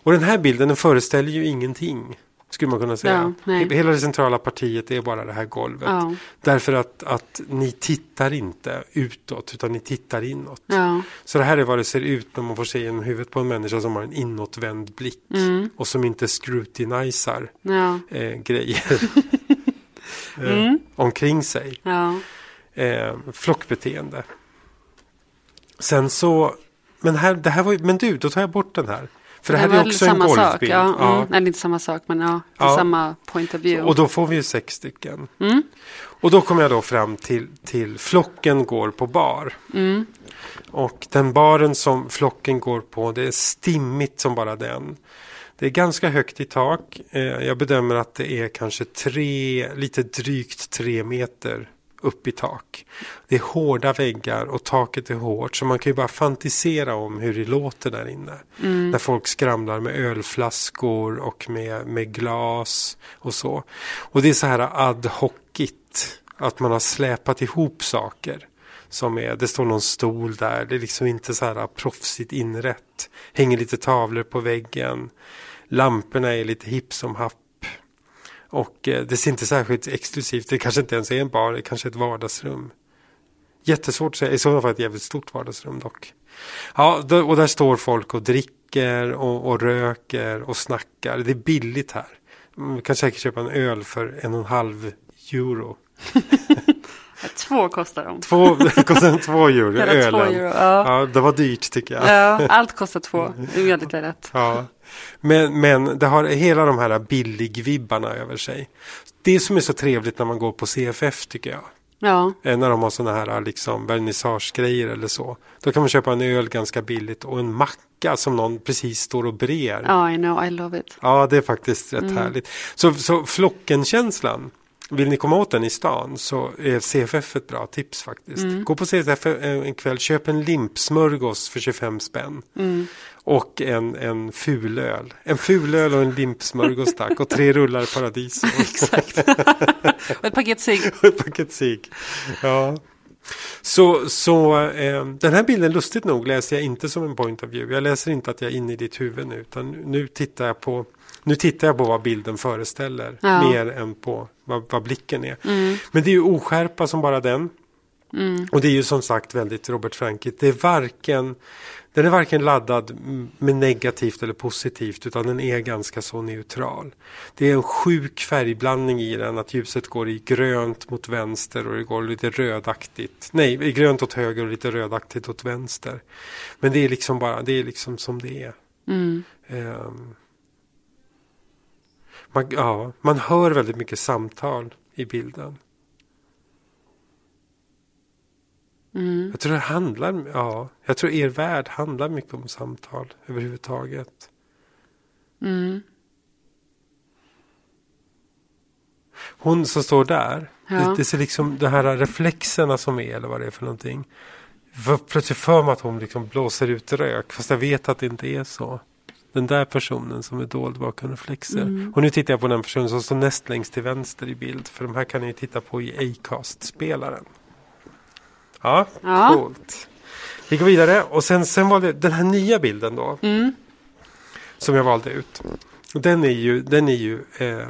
C: Och den här bilden, den föreställer ju ingenting. Skulle man kunna säga.
D: Ja, nej.
C: He- Hela det centrala partiet är bara det här golvet.
D: Ja.
C: Därför att, att ni tittar inte utåt, utan ni tittar inåt.
D: Ja.
C: Så det här är vad det ser ut när man får se genom huvudet på en människa som har en inåtvänd blick.
D: Mm.
C: Och som inte scrutinizar
D: Ja.
C: eh, grejer eh, omkring sig
D: Ja.
C: eh, flockbeteende. Sen så, men, här, det här var, ju- men du, då tar jag bort den här. För det här är
D: väl
C: också en
D: samma sak.
C: golfbild.
D: Ja.
C: Ja.
D: Mm. Nej, det är inte samma sak, men ja, det är
C: Ja.
D: samma point of view.
C: Och då får vi ju sex stycken.
D: Mm.
C: Och då kommer jag då fram till, till flocken går på bar. Och den baren som flocken går på, det är stimmigt som bara den. Det är ganska högt i tak. Eh, jag bedömer att det är kanske tre, lite drygt tre meter upp i tak. Det är hårda väggar och taket är hårt så man kan ju bara fantisera om hur det låter där inne. När folk skramlar med ölflaskor och med, med glas och så. Och det är så här ad hocigt att man har släpat ihop saker. Som är, det står någon stol där, det är liksom inte så här proffsigt inrätt. Hänger lite tavlor på väggen. Lamporna är lite hipp som happ. Och eh, det ser inte särskilt exklusivt, det kanske inte ens är en bar, det kanske är ett vardagsrum. Jättesvårt att säga, i så fall ett jävligt stort vardagsrum dock. Ja, d- och där står folk och dricker och, och röker och snackar. Det är billigt här. Man kan säkert köpa en öl för en och en halv euro.
D: Två kostar de.
C: Två, kostar den två euro,
D: Hela två
C: ölen.
D: euro, ja.
C: ja, det var dyrt tycker jag.
D: Ja, allt kostar två. Det är väldigt rätt.
C: Ja. Men, men det har hela de här billigvibbarna över sig. Det som är så trevligt när man går på CFF tycker jag.
D: Ja,
C: Eh, När de har sådana här liksom, vernissagegrejer eller så. Då kan man köpa en öl ganska billigt och en macka som någon precis står och brer. Ja,
D: ja I know, I love it.
C: det är faktiskt rätt härligt. Så, så flockenkänslan. Vill ni komma åt den i stan så är CFF ett bra tips faktiskt. Gå på CFF en kväll, köp en limpsmörgås för 25 spänn. Och en, en fulöl. En fulöl och en limpsmörgås tack. Och tre rullar paradiso.
D: Och ett paket cigg.
C: Och ett paket cigg. Ja. Så, så eh, den här bilden, lustigt nog, läser jag inte som en point of view. Jag läser inte att jag är inne i ditt huvud nu, utan nu tittar jag på, nu tittar jag på vad bilden föreställer
D: Ja.
C: mer än på vad, vad blicken är. Men det är ju oskärpa som bara den. Och det är ju som sagt väldigt Robert Frankigt. Det är varken, den är varken laddad m- med negativt eller positivt utan den är ganska så neutral. Det är en sjuk färgblandning i den att ljuset går i grönt mot vänster och det går lite rödaktigt. Nej, i grönt åt höger och lite rödaktigt åt vänster. Men det är liksom bara, det är liksom som det är. Ehm. man, ja, man hör väldigt mycket samtal i bilden. Jag tror det handlar, ja, jag tror er värld handlar mycket om samtal överhuvudtaget. Hon som står där,
D: Ja.
C: det, det ser liksom de här reflexerna som är eller vad det är för någonting. För- Plötsligt för mig att hon liksom blåser ut rök fast jag vet att det inte är så. Den där personen som är dold bakom reflexer. Och nu tittar jag på den personen som står näst längst till vänster i bild. För de här kan ni ju titta på i Acast-spelaren. Ja,
D: Ja.
C: coolt. Vi går vidare och sen, sen var det den här nya bilden då. Som jag valde ut. Och Den är ju, den är ju eh,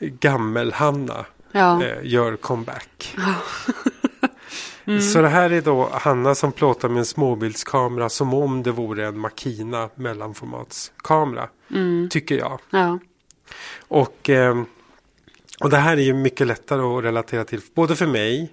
C: Gammel-Hanna
D: Ja,
C: eh, gör comeback. Så det här är då Hanna som plåtar med en småbildskamera som om det vore en Makina mellanformatskamera. Tycker jag.
D: ja,
C: Och, eh, och det här är ju mycket lättare att relatera till både för mig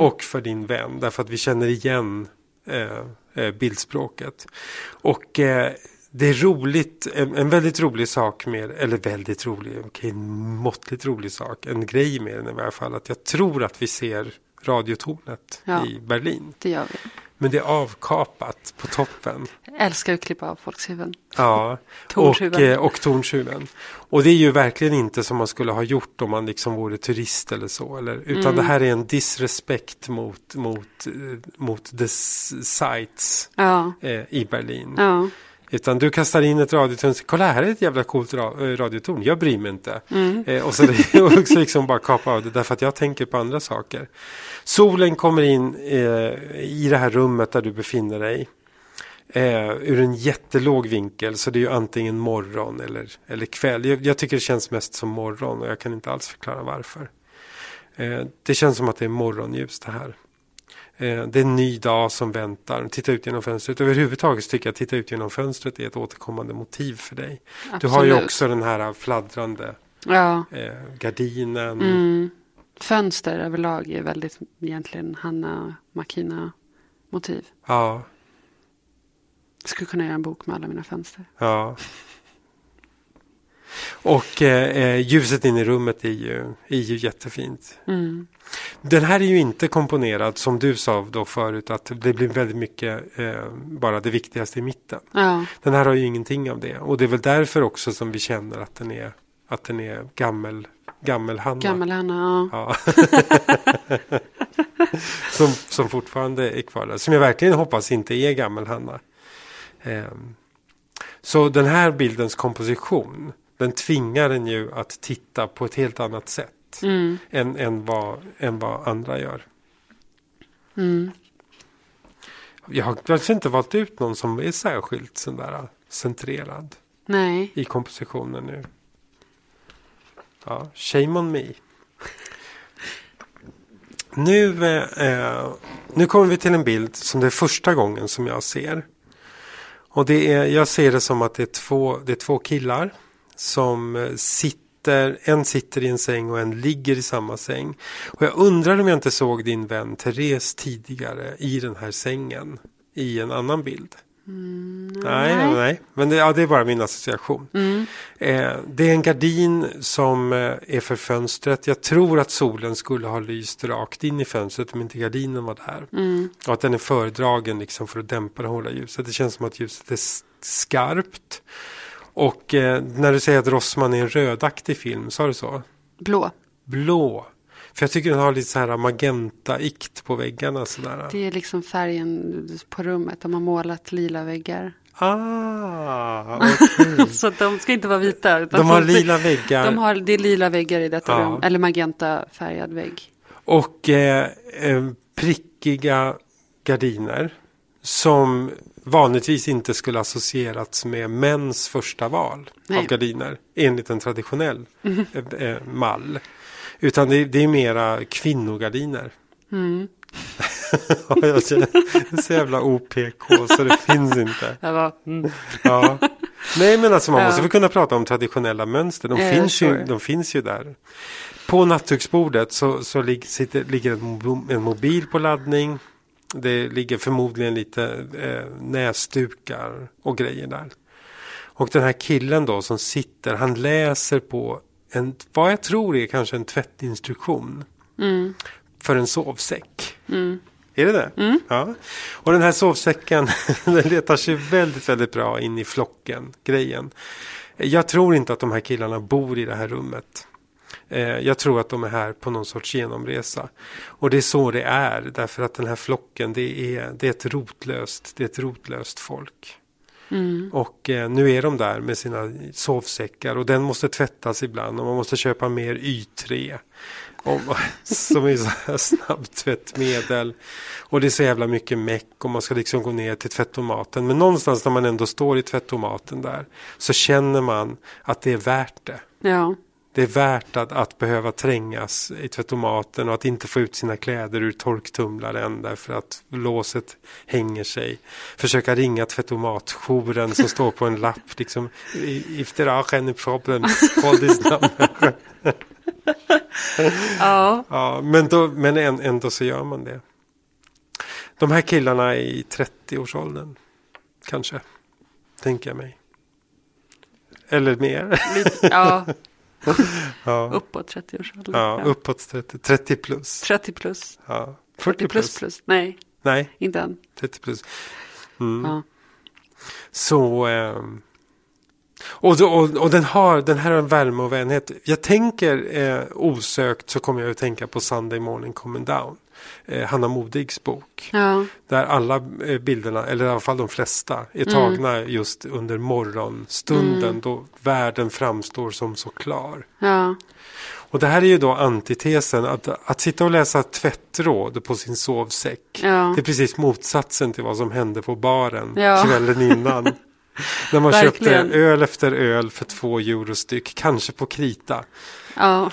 C: och för din vän. Därför att vi känner igen eh, eh, bildspråket. Och eh, det är roligt, en, en väldigt rolig sak med, eller väldigt rolig, okej, en måttligt rolig sak, en grej med den i varje fall, att jag tror att vi ser radiotornet
D: Ja.
C: i Berlin.
D: det gör vi.
C: Men det är avkapat på toppen.
D: Jag älskar att klippa av folks huvuden.
C: Ja, och, eh,
D: Tornskruven.
C: och tornskruven. Och det är ju verkligen inte som man skulle ha gjort om man liksom vore turist eller så. Eller, utan det här är en disrespekt mot, mot, eh, mot the s- sites
D: Ja.
C: eh, i Berlin.
D: Ja.
C: Utan du kastar in ett radiotorn, kolla här är ett jävla coolt ra- eh, radiotorn, jag bryr mig inte. Eh, och så, och så liksom bara kapa av det därför att jag tänker på andra saker. Solen kommer in eh, i det här rummet där du befinner dig. Eh, ur en jättelåg vinkel så det är ju antingen morgon eller, eller kväll. Jag, jag tycker det känns mest som morgon och jag kan inte alls förklara varför. Eh, det känns som att det är morgonljus det här. Eh, Det är en ny dag som väntar. Titta ut genom fönstret. Överhuvudtaget så tycker jag att titta ut genom fönstret är ett återkommande motiv för dig. Du har ju
D: Absolut.
C: också den här fladdrande
D: ja.
C: eh, gardinen.
D: Mm. Fönster överlag är väldigt egentligen Hanna Makina-motiv.
C: Ja,
D: Jag skulle kunna göra en bok med alla mina fönster.
C: ja. Och eh, eh, ljuset in i rummet är ju, är ju jättefint.
D: Mm.
C: Den här är ju inte komponerad som du sa då förut att det blir väldigt mycket eh, bara det viktigaste i mitten.
D: Ja,
C: Den här har ju ingenting av det. Och det är väl därför också som vi känner att den är, att den är gammel, gammelhanna.
D: gammal Hanna. Ja.
C: Ja. som, som fortfarande är kvar där. Som jag verkligen hoppas inte är gammelhanna. Ehm. Så den här bildens komposition. Den tvingar en ju att titta på ett helt annat sätt. Än, än, vad, än vad andra gör. Jag har kanske inte valt ut någon som är särskilt sån där centrerad
D: Nej.
C: i kompositionen nu. Ja, shame on me. Nu, eh, eh, nu kommer vi till en bild som det är första gången som jag ser. Och det är, jag ser det som att det är två, det är två killar som eh, sitter, en sitter i en säng och en ligger i samma säng. Och jag undrar om jag inte såg din vän Therese tidigare i den här sängen i en annan bild. nej, nej, nej. Men det, ja, det är bara min association.
D: Mm.
C: Eh, det är en gardin som eh, är för fönstret. Jag tror att solen skulle ha lyst rakt in i fönstret om inte gardinen var där.
D: Mm.
C: Och att den är föredragen liksom för att dämpa det hårda ljuset. Det känns som att ljuset är s- skarpt. Och eh, när du säger att Rossman är en rödaktig film, sa du så?
D: Blå.
C: Blå. För jag tycker den har lite så här magenta-ikt på väggarna. Sådär.
D: Det är liksom färgen på rummet. De har målat lila väggar.
C: Ah, okej.
D: Så att de ska inte vara vita. Utan
C: De har lila väggar.
D: De har, det är lila väggar i detta
C: Ja.
D: rum. Eller magenta färgad vägg.
C: Och eh, eh, prickiga gardiner som vanligtvis inte skulle associerats med mäns första val av
D: Nej.
C: gardiner enligt en traditionell eh, eh, mall. Utan det, det är mera kvinnogardiner. Mm. jag känner, det är så jävla OPK så det finns inte.
D: Jag var, mm.
C: Ja. Nej men alltså man
D: Ja.
C: måste väl kunna prata om traditionella mönster. De,
D: Ja,
C: finns, ju,
D: sure.
C: de finns ju där. På nattduksbordet så, så lig, sitter, ligger en, mo- en mobil på laddning. Det ligger förmodligen lite eh, näsdukar och grejer där. Och den här killen då som sitter, han läser på en, vad jag tror är kanske en tvättinstruktion.
D: Mm.
C: För en sovsäck. Är det det? Ja. Och den här sovsäcken den letar sig väldigt, väldigt bra in i flocken, grejen. Jag tror inte att de här killarna bor i det här rummet. Eh, Jag tror att de är här på någon sorts genomresa. Och det är så det är, därför att den här flocken, det är, det är, ett, rotlöst, det är ett rotlöst folk. Och eh, nu är de där med sina sovsäckar och den måste tvättas ibland och man måste köpa mer Y3. Och, som är så här snabbtvättmedel. Och det är så jävla mycket meck och man ska liksom gå ner till tvättomaten. Men någonstans när man ändå står i tvättomaten där så känner man att det är värt det.
D: ja.
C: Det är värt att, att behöva trängas i tvättomaten och att inte få ut sina kläder ur torktumlaren därför att låset hänger sig. Försöka ringa tvättomatjouren som står på en lapp. Liksom, "I- If there are any problems, call this number.
D: ja.
C: Ja, men då, men än- ändå så gör man det. De här killarna är i 30-årsåldern, kanske, tänker jag mig. Eller mer.
D: Lite, ja.
C: Ja,
D: Uppåt 30 års ålder.
C: ja uppåt 30, 30 plus.
D: 30 plus.
C: Ja,
D: 40 plus plus. Nej.
C: Nej,
D: Inte än.
C: 30 plus. Mm.
D: Ja.
C: Så... ehm, och, då- och, och den har den här har en värme och vänlighet. Jag tänker eh, osökt så kommer jag att tänka på Sunday Morning Coming Down. Eh, Hanna Modigs bok.
D: Ja.
C: Där alla eh, bilderna, eller i alla fall de flesta, är
D: Mm.
C: tagna just under morgonstunden då världen framstår som så klar.
D: ja.
C: Och det här är ju då antitesen, att, att sitta och läsa tvättråd på sin sovsäck.
D: Ja.
C: Det är precis motsatsen till vad som hände på baren
D: Ja.
C: kvällen innan. När man
D: Verkligen.
C: köpte öl efter öl för två euro styck, kanske på krita.
D: ja.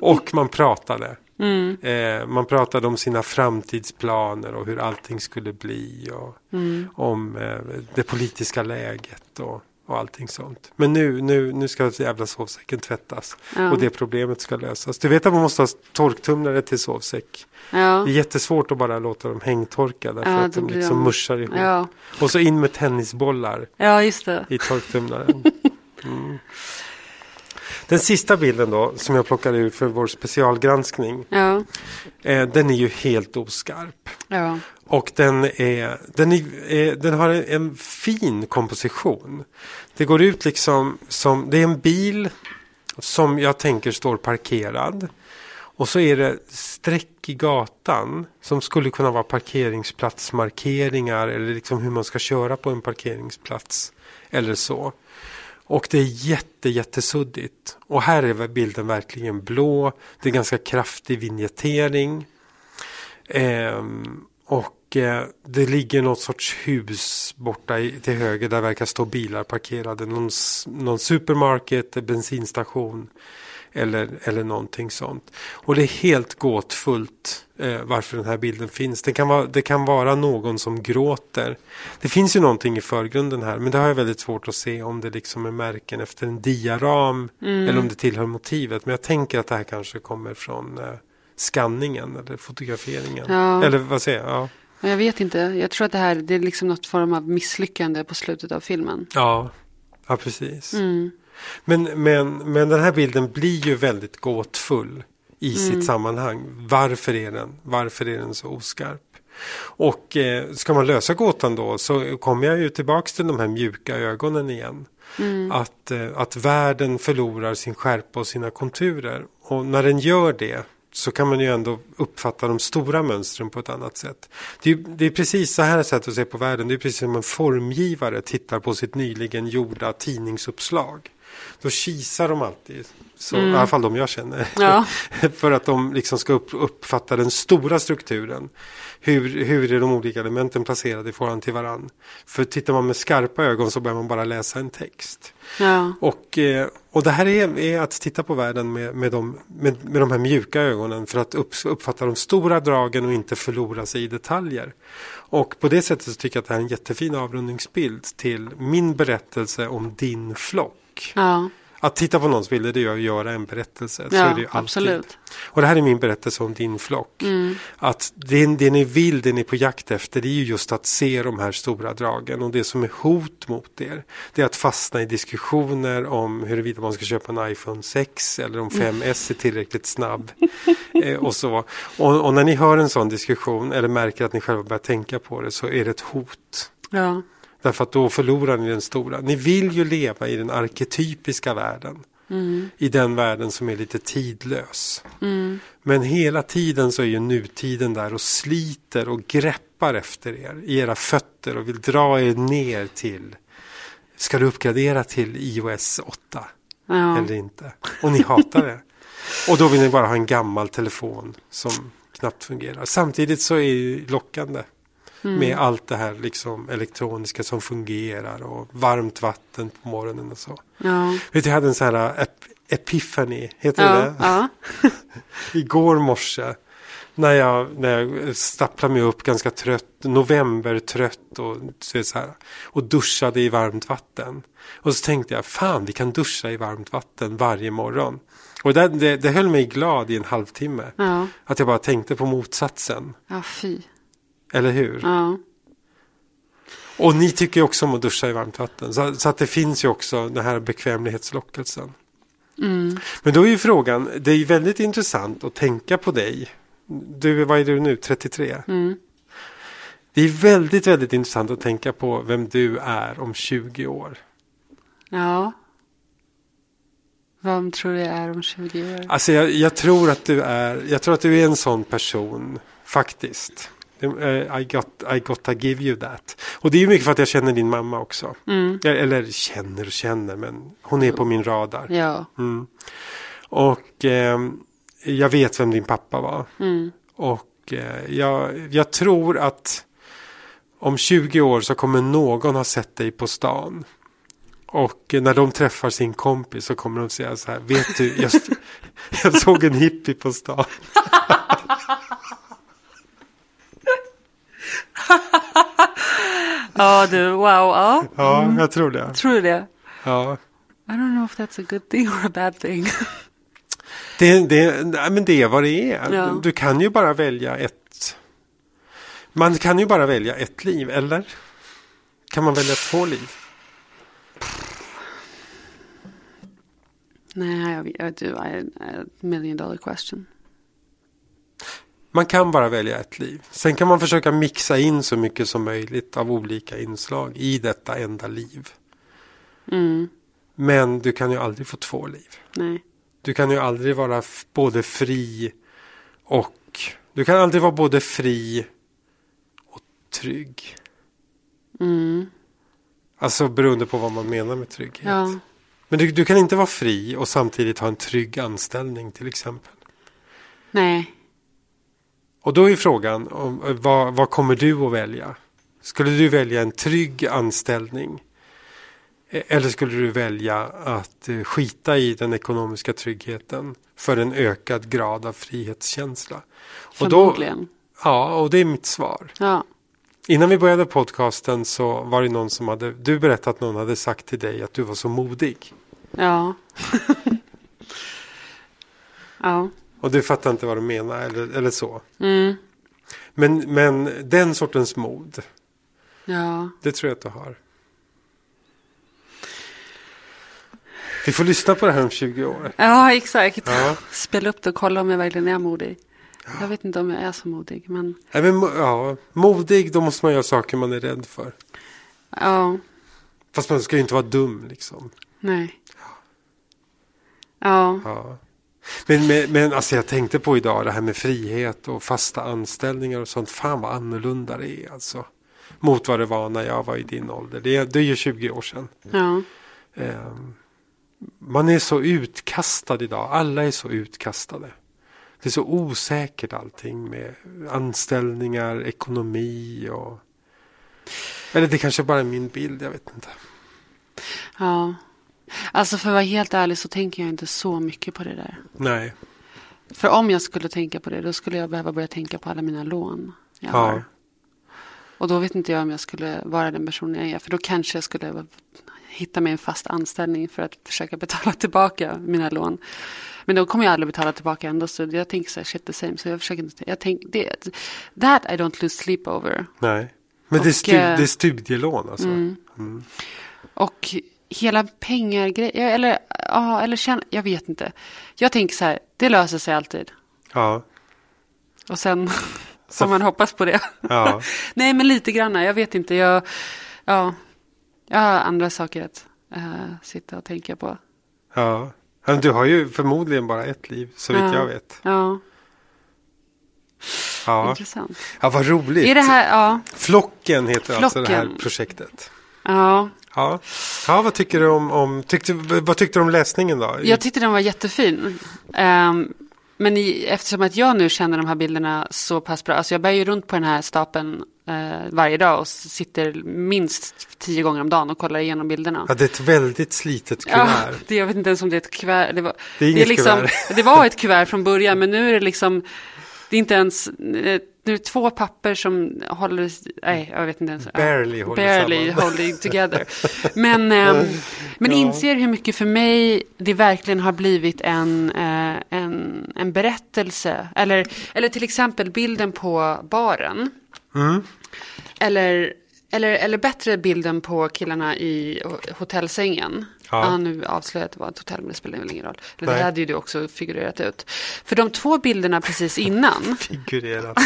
C: Och man pratade.
D: Mm.
C: Eh, man pratade om sina framtidsplaner och hur allting skulle bli. Och
D: Mm.
C: Om eh, det politiska läget och, och allting sånt. Men nu, nu, nu ska jävla sovsäcken tvättas.
D: Ja.
C: Och det problemet ska lösas. Du vet att man måste ha torktumlare till sovsäck.
D: Ja.
C: Det är jättesvårt att bara låta dem hängtorka. Därför
D: Ja,
C: att
D: då
C: de
D: blir
C: liksom
D: de-
C: muschar ihop.
D: Ja.
C: Och så in med tennisbollar
D: ja, just det.
C: i torktumlaren. Mm. Den sista bilden då, som jag plockade ur för vår specialgranskning,
D: Ja.
C: eh, den är ju helt oskarp.
D: Ja.
C: Och den, är, den, är, eh, den har en, en fin komposition. Det går ut liksom som, det är en bil som jag tänker står parkerad. Och så är det streck i gatan som skulle kunna vara parkeringsplatsmarkeringar eller liksom hur man ska köra på en parkeringsplats eller så. Och det är jätte, jättesuddigt. Och här är väl bilden verkligen blå. Det är ganska kraftig vignettering. Ehm, och eh, det ligger något sorts hus borta i, till höger där verkar stå bilar parkerade. Någon, s- någon supermarket, eh, bensinstation eller, eller någonting sånt. Och det är helt gåtfullt eh, varför den här bilden finns. Det kan, vara, det kan vara någon som gråter. Det finns ju någonting i förgrunden här men det har jag väldigt svårt att se om det liksom är märken efter en diaram eller om det tillhör motivet. Men jag tänker att det här kanske kommer från eh, skanningen eller fotograferingen.
D: Ja.
C: Eller vad säger jag? Ja.
D: Men jag vet inte. Jag tror att det här det är liksom något form av misslyckande på slutet av filmen.
C: Ja. ja, precis.
D: Mm.
C: Men, men, men den här bilden blir ju väldigt gåtfull i sitt sammanhang. Varför är den, varför är den så oskarp? Och eh, ska man lösa gåtan då så kommer jag ju tillbaks till de här mjuka ögonen igen. Att, eh, att världen förlorar sin skärpa och sina konturer. Och när den gör det så kan man ju ändå uppfatta de stora mönstren på ett annat sätt. Det är, det är precis så här sätt att se på världen. Det är precis som en formgivare tittar på sitt nyligen gjorda tidningsuppslag. Då kisar de alltid, så, i alla fall de jag känner.
D: Ja.
C: För att de liksom ska upp, uppfatta den stora strukturen. Hur, hur är de olika elementen placerade i förhållande till varann. För tittar man med skarpa ögon så börjar man bara läsa en text.
D: Ja.
C: Och, eh, och det här är, är att titta på världen med, med, de, med, med de här mjuka ögonen för att upp, uppfatta de stora dragen och inte förlora sig i detaljer. Och på det sättet så tycker jag att det här är en jättefin avrundningsbild till min berättelse om din flock.
D: Ja.
C: Att titta på någons bilder det är ju att göra en berättelse. så
D: Ja,
C: är det ju alltid.
D: absolut. Mm.
C: Och det här är min berättelse om din flock. Att det, det ni vill, det ni är på jakt efter, det är ju just att se de här stora dragen. Och det som är hot mot er, det är att fastna i diskussioner om huruvida man ska köpa en iPhone 6 eller om 5S
D: Mm.
C: är tillräckligt snabb. eh, och, så. Och, och när ni hör en sån diskussion eller märker att ni själva börjar tänka på det så är det ett hot.
D: Ja.
C: Därför att då förlorar ni den stora. Ni vill ju leva i den arketypiska världen. I den världen som är lite tidlös. Men hela tiden så är ju nutiden där och sliter och greppar efter er i era fötter och vill dra er ner till Ska du uppgradera till iOS 8
D: Ja.
C: eller inte? Och ni hatar det. Och då vill ni bara ha en gammal telefon som knappt fungerar. Samtidigt så är det ju lockande med allt det här liksom elektroniska som fungerar och varmt vatten på morgonen och så.
D: Ja.
C: Vet du, jag hade en sån här äh, ep- epiphany, heter
D: Ja.
C: det?
D: Ja.
C: igår morse när jag, när jag stapplade mig upp ganska trött, novembertrött och så, är det så här, och duschade i varmt vatten. Och så tänkte jag, fan vi kan duscha i varmt vatten varje morgon. Och det, det, det höll mig glad i en halvtimme.
D: Ja.
C: Att jag bara tänkte på motsatsen,
D: Ja, fy.
C: eller hur?
D: Ja.
C: Och ni tycker ju också om att duscha i varmt vatten. Så, så att det finns ju också den här bekvämlighetslockelsen. Men då är ju frågan, det är ju väldigt intressant att tänka på dig Du, vad är du nu? 33? Det är väldigt, väldigt intressant att tänka på vem du är om 20 år.
D: Ja. Vem tror du är om 20 år?
C: Alltså jag, jag, tror att du är, jag tror att du är en sån person, faktiskt. Det- eh, I, got, I gotta give you that. Och det är ju mycket för att jag känner din mamma också. Eller, eller känner och känner, men hon är på min radar.
D: Ja.
C: Och ehm, jag vet vem din pappa var. Och eh, jag, jag tror att om 20 år så kommer någon ha sett dig på stan. Och eh, när de träffar sin kompis så kommer de säga så här, vet du, jag, st- jag såg en hippie på stan.
D: Ja du, wow. Ja.
C: Ja, jag tror det.
D: Tror du det?
C: Ja.
D: I don't know if that's a good thing or a bad thing.
C: Det, det, nej, men det är vad det är.
D: Ja.
C: Du kan ju bara välja ett. Man kan ju bara välja ett liv, eller? Kan man välja två liv?
D: Nej, jag, jag, du, I, a million dollar question.
C: Man kan bara välja ett liv. Sen kan man försöka mixa in så mycket som möjligt av olika inslag i detta enda liv. Men du kan ju aldrig få två liv.
D: Nej.
C: Du kan ju aldrig vara f- både fri och... Du kan aldrig vara både fri och trygg. Alltså beroende på vad man menar med trygghet.
D: Ja.
C: Men du, du kan inte vara fri och samtidigt ha en trygg anställning till exempel.
D: Nej.
C: Och då är frågan, om, eh, vad, vad kommer du att välja? Skulle du välja en trygg anställning? Eh, Eller skulle du välja att eh, skita i den ekonomiska tryggheten för en ökad grad av frihetskänsla? Och då,
D: Förmodligen.
C: ja, och det är mitt svar.
D: Ja.
C: Innan vi började podcasten så var det någon som hade, du berättade att någon hade sagt till dig att du var så modig.
D: Ja. ja.
C: Och du fattar inte vad du menar eller, eller så. Men, men den sortens mod,
D: Ja.
C: Det tror jag att du har. Vi får lyssna på det här om 20 år.
D: Ja, exakt.
C: Ja.
D: Spela upp det och kolla om jag verkligen är modig. Jag vet inte om jag är så modig, men
C: Nej, men, mo- ja, modig, då måste man göra saker man är rädd för.
D: ja,
C: Fast man ska ju inte vara dum liksom.
D: nej. Ja,
C: Ja. Men, men, men alltså, jag tänkte på idag det här med frihet och fasta anställningar och sånt. Fan vad annorlunda det är alltså. Mot vad det var när jag var i din ålder. Det är, det är ju 20 år sedan.
D: ja,
C: Ehm, man är så utkastad idag. Alla är så utkastade. Det är så osäkert allting med anställningar, ekonomi och... Eller det kanske bara är min bild, jag vet inte.
D: ja. Alltså för att vara helt ärlig så tänker jag inte så mycket på det där.
C: Nej.
D: För om jag skulle tänka på det, då skulle jag behöva börja tänka på alla mina lån. Jag
C: Ja.
D: har. Och då vet inte jag om jag skulle vara den personen jag är, för då kanske jag skulle hitta mig en fast anställning för att försöka betala tillbaka mina lån. Men då kommer jag aldrig betala tillbaka ändå, så jag tänker så här, shit the same, så jag försöker inte, jag tänker, det, that I don't lose sleep over.
C: Nej. Men det, är
D: Och,
C: stu-
D: eh, mm.
C: det är studielån alltså.
D: Och hela pengargrejen, eller, ja, eller känn, jag vet inte. Jag tänker så här, det löser sig alltid.
C: Ja.
D: Och sen får man hoppas på det.
C: Ja.
D: Nej, men lite grann. Jag vet inte. Jag, ja, jag har andra saker att eh, sitta och tänka på.
C: ja. Men du har ju förmodligen bara ett liv, så vitt
D: ja.
C: jag vet.
D: Ja,
C: Ja.
D: intressant.
C: ja, vad roligt.
D: Är det här, ja,
C: Flocken heter alltså det här
D: Flocken.
C: projektet.
D: ja.
C: Ja, ja vad, tycker du om, om, tyckte, vad tyckte du om läsningen då?
D: Jag tyckte den var jättefin. Ehm, men i, eftersom att jag nu känner de här bilderna så pass bra, alltså jag bär ju runt på den här stapeln eh, varje dag och s- sitter minst tio gånger om dagen och kollar igenom bilderna.
C: ja, det är ett väldigt slitet kuvert.
D: det, jag vet inte ens om det är ett kuvert. Det var,
C: Det är inget
D: liksom,
C: kuvert.
D: det var ett kuvert från början, men nu är det liksom, det är inte ens, eh, nu är det två papper som håller, nej, jag vet inte ens. ja.
C: Barely håller
D: Barely
C: samman.
D: holding together. Men, ehm, men inser hur mycket för mig det verkligen har blivit en, eh, en, en berättelse. Eller, eller till exempel bilden på baren. Eller Eller, eller bättre bilden på killarna i ho- hotellsängen.
C: Ja.
D: Ja. nu avslöjade att det var ett hotell, men det spelar väl ingen roll. Eller
C: Nej.
D: det hade ju du också figurerat ut. För de två bilderna precis innan
C: Figurerat.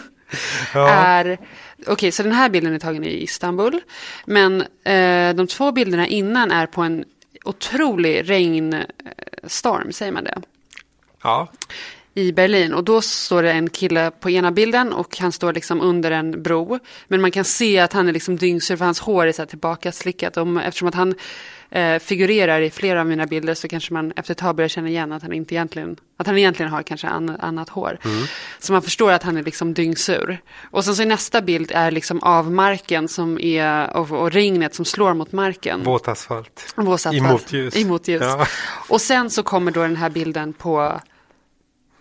C: ja.
D: är... Okej, så den här bilden är tagen i Istanbul. Men eh, de två bilderna innan är på en otrolig regnstorm, säger man det?
C: ja.
D: i Berlin och då står det en kille på ena bilden och han står liksom under en bro. Men man kan se att han är liksom dyngsur för hans hår är så här tillbaka slickat. Om, eftersom att han eh, figurerar i flera av mina bilder så kanske man efter ett tag börjar känna igen att han, inte egentligen, att han egentligen har kanske an, annat hår. Så man förstår att han är liksom dyngsur. Och sen så i nästa bild är liksom av marken som är, och, och regnet som slår mot marken.
C: Våt asfalt.
D: Våsatt
C: I
D: fall.
C: motljus.
D: I motljus.
C: Ja.
D: Och sen så kommer då den här bilden på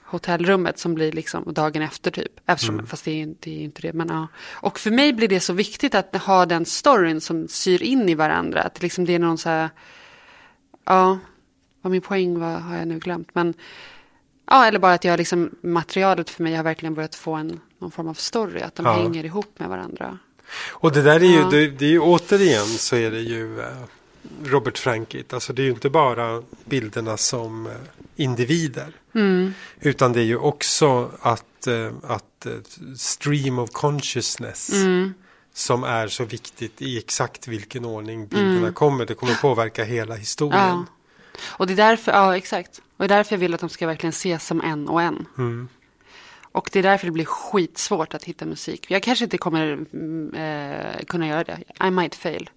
D: hotellrummet som blir liksom dagen efter typ. Eftersom,
C: Mm.
D: Fast det är, ju- det är ju inte det. Men, ja. Och för mig blir det så viktigt att ha den storyn som syr in i varandra. Att liksom det är någon så här, ja, vad min poäng var har jag nu glömt. Men, ja, eller bara att jag liksom, materialet för mig har verkligen börjat få en, någon form av story. Att de
C: Ja.
D: hänger ihop med varandra.
C: Och det där är ju,
D: Ja.
C: det, det är ju återigen så är det ju eh, Robert Frankit. Alltså det är ju inte bara bilderna som eh, individer.
D: Mm.
C: Utan det är ju också att, eh, att eh, stream of consciousness.
D: Mm.
C: Som är så viktigt i exakt vilken ordning bilderna
D: Mm.
C: kommer. Det kommer påverka hela historien.
D: Och det är därför, ja exakt. Och det är därför jag vill att de ska verkligen ses som en och en.
C: Mm.
D: Och det är därför det blir skitsvårt att hitta musik. Jag kanske inte kommer mm, eh, kunna göra det. I might fail.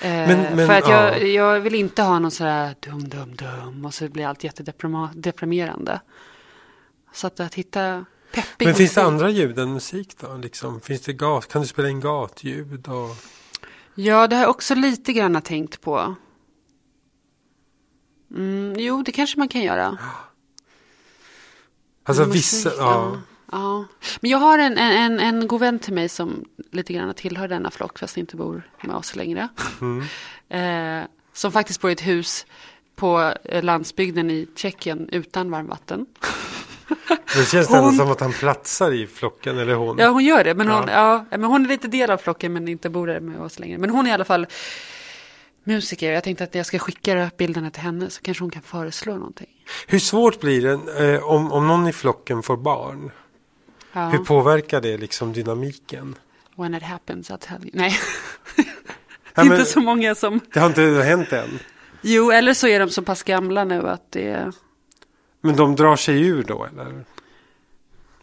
D: Eh,
C: Men- men,
D: för att jag,
C: ja.
D: jag vill inte ha någon sådär dum, dum, dum och så blir allt jättedeprimerande. Så att, att hitta peppig
C: Men finns det
D: musik-
C: andra ljud än musik då? Liksom, finns det gas? Kan du spela in gatljud? Och...
D: Ja, det har jag också lite grann tänkt på. Mm, jo, det kanske man kan göra.
C: Alltså
D: Musik,
C: vissa, ja.
D: ja. ja. Men jag har en, en, en, en god vän till mig som lite grann tillhör denna flock, fast inte bor med oss längre.
C: Mm.
D: eh, som faktiskt bor i ett hus på eh, landsbygden i Tjeckien utan varmvatten.
C: Det känns ändå
D: Hon-
C: som att han platsar i flocken, eller hon.
D: Ja, hon gör det. Men, Hon,
C: Ja.
D: ja, men hon är lite del av flocken, men inte bor där med oss längre. Men hon är i alla fall musiker. Jag tänkte att jag ska skicka bilderna till henne, så kanske hon kan föreslå någonting.
C: Hur svårt blir det eh, om, om någon i flocken får barn?
D: Ja.
C: Hur påverkar det liksom dynamiken?
D: When it happens, I'll tell you. Nej. Det
C: Ja,
D: är
C: men-
D: inte så många som...
C: Det har inte hänt än.
D: Jo, eller så är de så pass gamla nu att det... Eller
C: Men de drar sig ur då eller?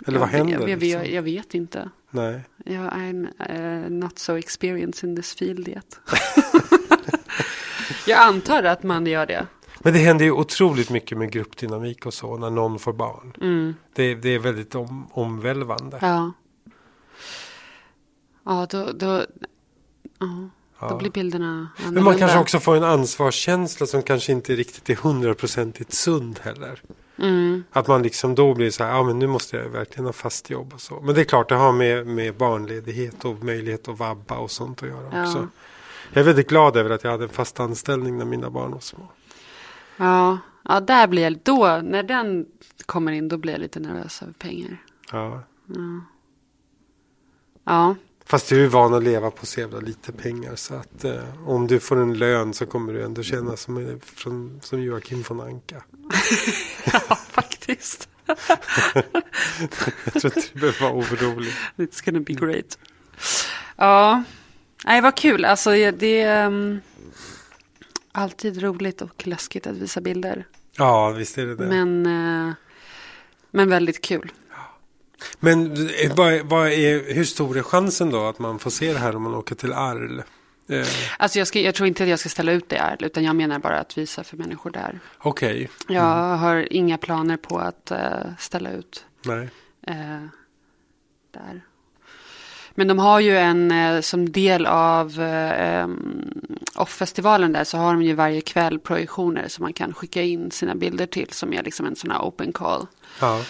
C: Eller vad händer?
D: Jag, jag,
C: liksom?
D: jag, jag vet inte.
C: Nej.
D: Jag är eh, not so experienced in this field yet. jag antar att man gör det.
C: Men det händer ju otroligt mycket med gruppdynamik och så när någon får barn.
D: Mm.
C: Det, det är väldigt om, omvälvande.
D: Ja. Ja, då... då ja. Då
C: Ja.
D: blir bilderna
C: Men man
D: annorlunda.
C: kanske också får en ansvarskänsla som kanske inte riktigt är hundraprocentigt sund heller.
D: Mm.
C: Att man liksom då blir så här, ja men nu måste jag verkligen ha fast jobb och så. Men det är klart, det har med, med barnledighet och möjlighet att vabba och sånt att göra
D: Ja.
C: också. Jag är väldigt glad över att jag hade en fast anställning när mina barn var små.
D: Ja. ja, där blir jag... Då, när den kommer in, då blir jag lite nervös över pengar.
C: Ja.
D: Ja.
C: Fast du är van att leva på så jävla lite pengar så att eh, om du får en lön så kommer du ändå känna som, eh, från, som Joakim von Anka.
D: Ja, faktiskt.
C: Jag tror inte du behöver vara orolig.
D: It's gonna be great. Ja, nej vad kul. Alltså det är ehm, alltid roligt och läskigt att visa bilder.
C: Ja, visst är det det.
D: Men, eh, men väldigt kul.
C: Men eh, vad, vad är, hur stor är chansen då att man får se det här om man åker till Arl? Eh,
D: Alltså jag, ska, jag tror inte att jag ska ställa ut det här, utan jag menar bara att visa för människor där.
C: Okej,
D: Jag har inga planer på att eh, ställa ut
C: nej.
D: eh, där. Men de har ju en, eh, som del av eh, em, OFF-festivalen där, så har de ju varje kväll projektioner som man kan skicka in sina bilder till, som är liksom en sån här open call.
C: Ja,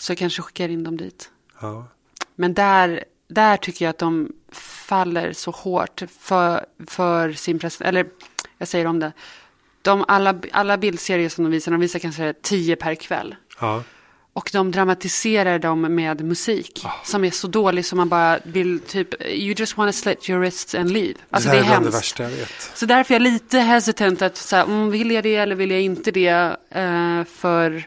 D: Så jag kanske skickar in dem dit.
C: ja.
D: Men där, där tycker jag att de faller så hårt för, för sin pres... Eller, jag säger om det. De, alla, alla bildserier som de visar, de visar kanske tio per kväll.
C: ja.
D: Och de dramatiserar dem med musik
C: Ah.
D: som är så dålig som man bara vill typ, you just wanna slit your wrists and leave. Alltså
C: det
D: det är,
C: här är bland det
D: hemskt.
C: värsta jag vet.
D: Så därför är jag lite hesitant att så här, mm, vill jag det eller vill jag inte det? Eh, för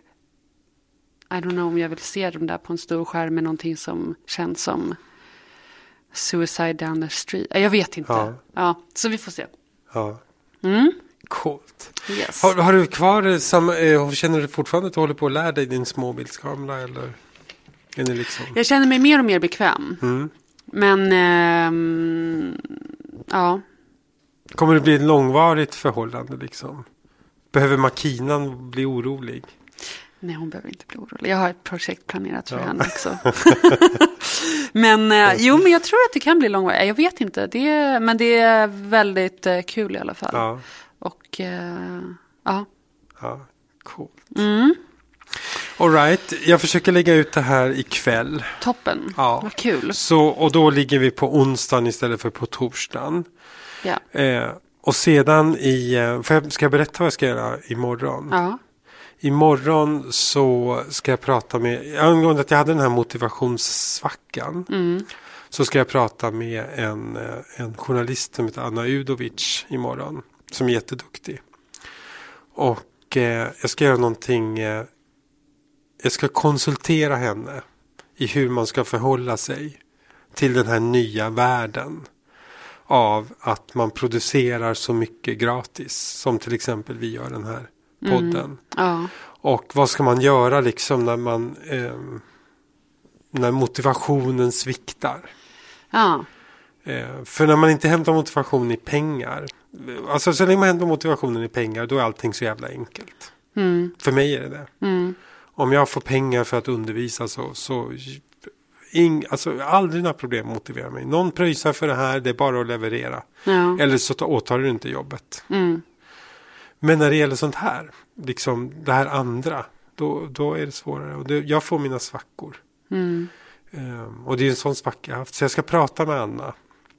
D: I don't know om jag vill se dem där på en stor skärm med någonting som känns som suicide down the street. Eh, Jag vet inte.
C: Ja.
D: Ja. så vi får se.
C: Ja.
D: Mm.
C: Coolt.
D: Yes.
C: Har, har du kvar eh, samma, eh, känner du fortfarande att du håller på att lära dig din småbildskamera eller? Är ni liksom? Mm.
D: Jag känner mig mer och mer bekväm. Men ehm, ja,
C: Kommer det bli ett långvarigt förhållande liksom? Behöver makinan bli orolig?
D: nej hon behöver inte bli orolig. Jag har ett projekt planerat för henne också. men eh, jo, men jag tror att det kan bli långvarigt. Jag vet inte, det är, men det är väldigt eh, kul i alla fall.
C: Ja.
D: Och eh, ja,
C: Ja, coolt. All right, jag försöker lägga ut det här ikväll.
D: toppen.
C: Ja.
D: Vad kul.
C: Så, och då ligger vi på onsdagen istället för på torsdagen.
D: Ja.
C: Eh, och sedan i, eh, får jag, ska jag berätta vad jag ska göra imorgon?
D: ja.
C: Imorgon så ska jag prata med, angående att jag hade den här motivationssvackan. Så ska jag prata med en, eh, en journalist som heter Anna Udovic imorgon. Som är jätteduktig. Och eh, jag ska göra någonting, eh, jag ska konsultera henne. I hur man ska förhålla sig till den här nya världen. Av att man producerar så mycket gratis. Som till exempel vi gör den här podden.
D: Ja.
C: Och vad ska man göra liksom när man ehm, när motivationen sviktar?
D: ja.
C: Eh, för när man inte hämtar motivation i pengar. eh, Alltså så länge man hämtar motivationen i pengar då är allting så jävla enkelt. För mig är det det. Om jag får pengar för att undervisa så, så ing, alltså, aldrig några problem motiverar mig. Någon pröjsar för det här, det är bara att leverera.
D: Ja.
C: Eller så ta- åtar du inte jobbet. Men när det gäller sånt här, liksom det här andra, då, då är det svårare. Och det, jag får mina svackor. Ehm, och det är en sån svacka jag har haft. Så jag ska prata med Anna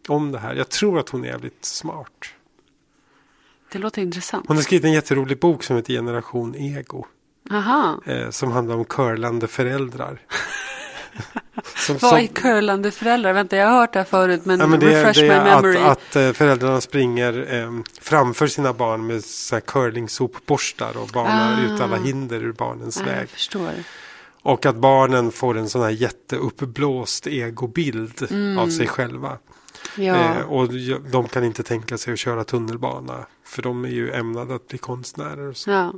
C: om det här. Jag tror att hon är jävligt smart.
D: Det låter intressant.
C: Hon har skrivit en jätterolig bok som heter Generation Ego.
D: Aha.
C: Eh, som handlar om curlande föräldrar. som,
D: Vad
C: som-
D: är curlande föräldrar? Vänta, jag har hört det här förut, men,
C: Ja, men det, är-
D: refresh
C: det
D: my memory.
C: är att, att eh, föräldrarna springer eh, framför sina barn med så här curlingsopborstar och banar
D: Ah.
C: ut alla hinder ur barnens
D: Ja,
C: väg.
D: jag förstår.
C: Och att barnen får en sån här jätteuppblåst egobild av sig själva.
D: Mm. Ja.
C: Eh, och ju- de kan inte tänka sig att köra tunnelbana. För de är ju ämnade att bli konstnärer. Och så.
D: ja.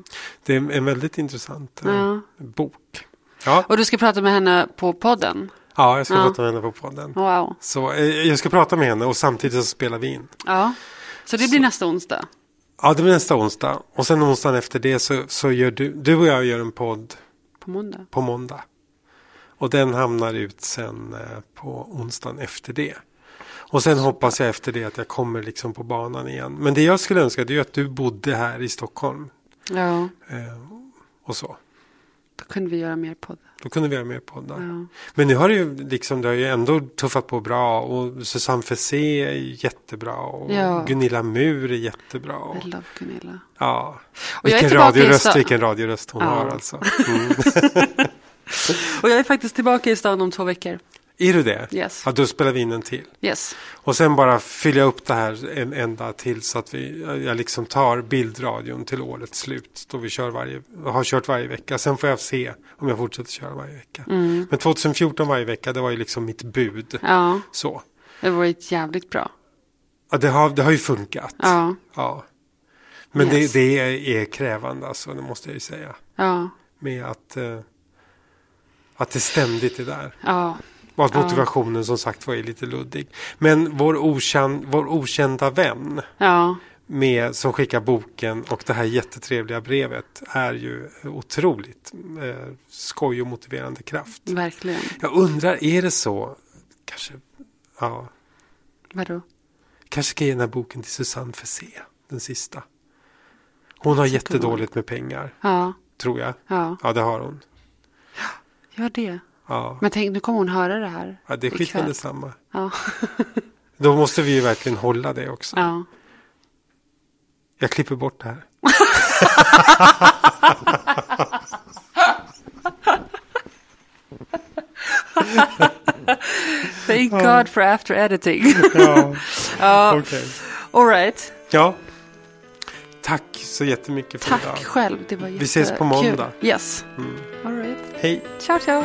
C: Det är en väldigt intressant eh,
D: Ja.
C: bok. Ja,
D: Och du ska prata med henne på podden?
C: ja jag ska
D: Ja.
C: prata med henne på podden.
D: Wow.
C: Så eh, jag ska prata med henne och samtidigt så spelar vi in.
D: Ja. Så det blir nästa onsdag?
C: Ja, det blir nästa onsdag. Och sen onsdagen efter det så, så gör du, du och jag gör en podd
D: På måndag?
C: på måndag. Och den hamnar ut sen eh, på onsdagen efter det. Och sen hoppas jag efter det att jag kommer liksom på banan igen. Men det jag skulle önska det är ju att du bodde här i Stockholm.
D: Ja.
C: Eh, och så.
D: Då kunde vi göra mer podd.
C: Då kunde vi ha med poddar.
D: Ja.
C: Men nu har det ju liksom, det har ju ändå tuffat på bra. Och Susanne Fessé är ju jättebra. Och
D: Ja.
C: Gunilla Mur är jättebra. Och,
D: I love Gunilla.
C: ja.
D: jag är
C: Vilken
D: tillbaka i
C: radioröst,
D: Sa-
C: vilken radioröst hon
D: Ja.
C: har alltså. Mm.
D: Och jag är faktiskt tillbaka i stan om två veckor.
C: Är du det?
D: Yes.
C: Ja, då spelar vi in en till.
D: Yes.
C: Och sen bara fylla upp det här en enda till så att vi, jag liksom tar bildradion till årets slut. Då vi kör varje, har kört varje vecka. Sen får jag se om jag fortsätter köra varje vecka. Men 2014 varje vecka, det var ju liksom mitt bud.
D: Mm. Ja.
C: Så.
D: Det var ju jävligt bra.
C: Ja, det, har, det har ju funkat.
D: Ja.
C: Ja. Men
D: Yes.
C: det, det är, är krävande alltså, det måste jag ju säga.
D: Ja.
C: Med att, eh, att det ständigt är där.
D: Ja.
C: Och att motivationen som sagt var är lite luddig. Men vår, okänd, vår okända vän
D: Ja.
C: med, som skickar boken och det här jättetrevliga brevet är ju otroligt eh, skoj och motiverande kraft.
D: Verkligen.
C: Jag undrar, är det så? Kanske, ja,
D: Vadå?
C: kanske ska jag ge den här boken till Susanne Fessé, den sista. Hon har jättedåligt med pengar,
D: Ja.
C: tror jag.
D: Ja.
C: Ja, det har hon.
D: Gör det.
C: Ja,
D: Men tänk, nu kommer hon höra det här.
C: ja det är
D: ikväll.
C: skitande samma.
D: Ja.
C: Då måste vi ju verkligen hålla det också.
D: ja.
C: Jag klipper bort det här.
D: word for after editing.
C: Ja,
D: ja,
C: okej.
D: all right.
C: Ja. Tack så jättemycket för idag.
D: Tack själv, det var
C: Vi ses på
D: jättekul.
C: måndag. Mm.
D: Yes. All right.
C: Hej.
D: Ciao, ciao.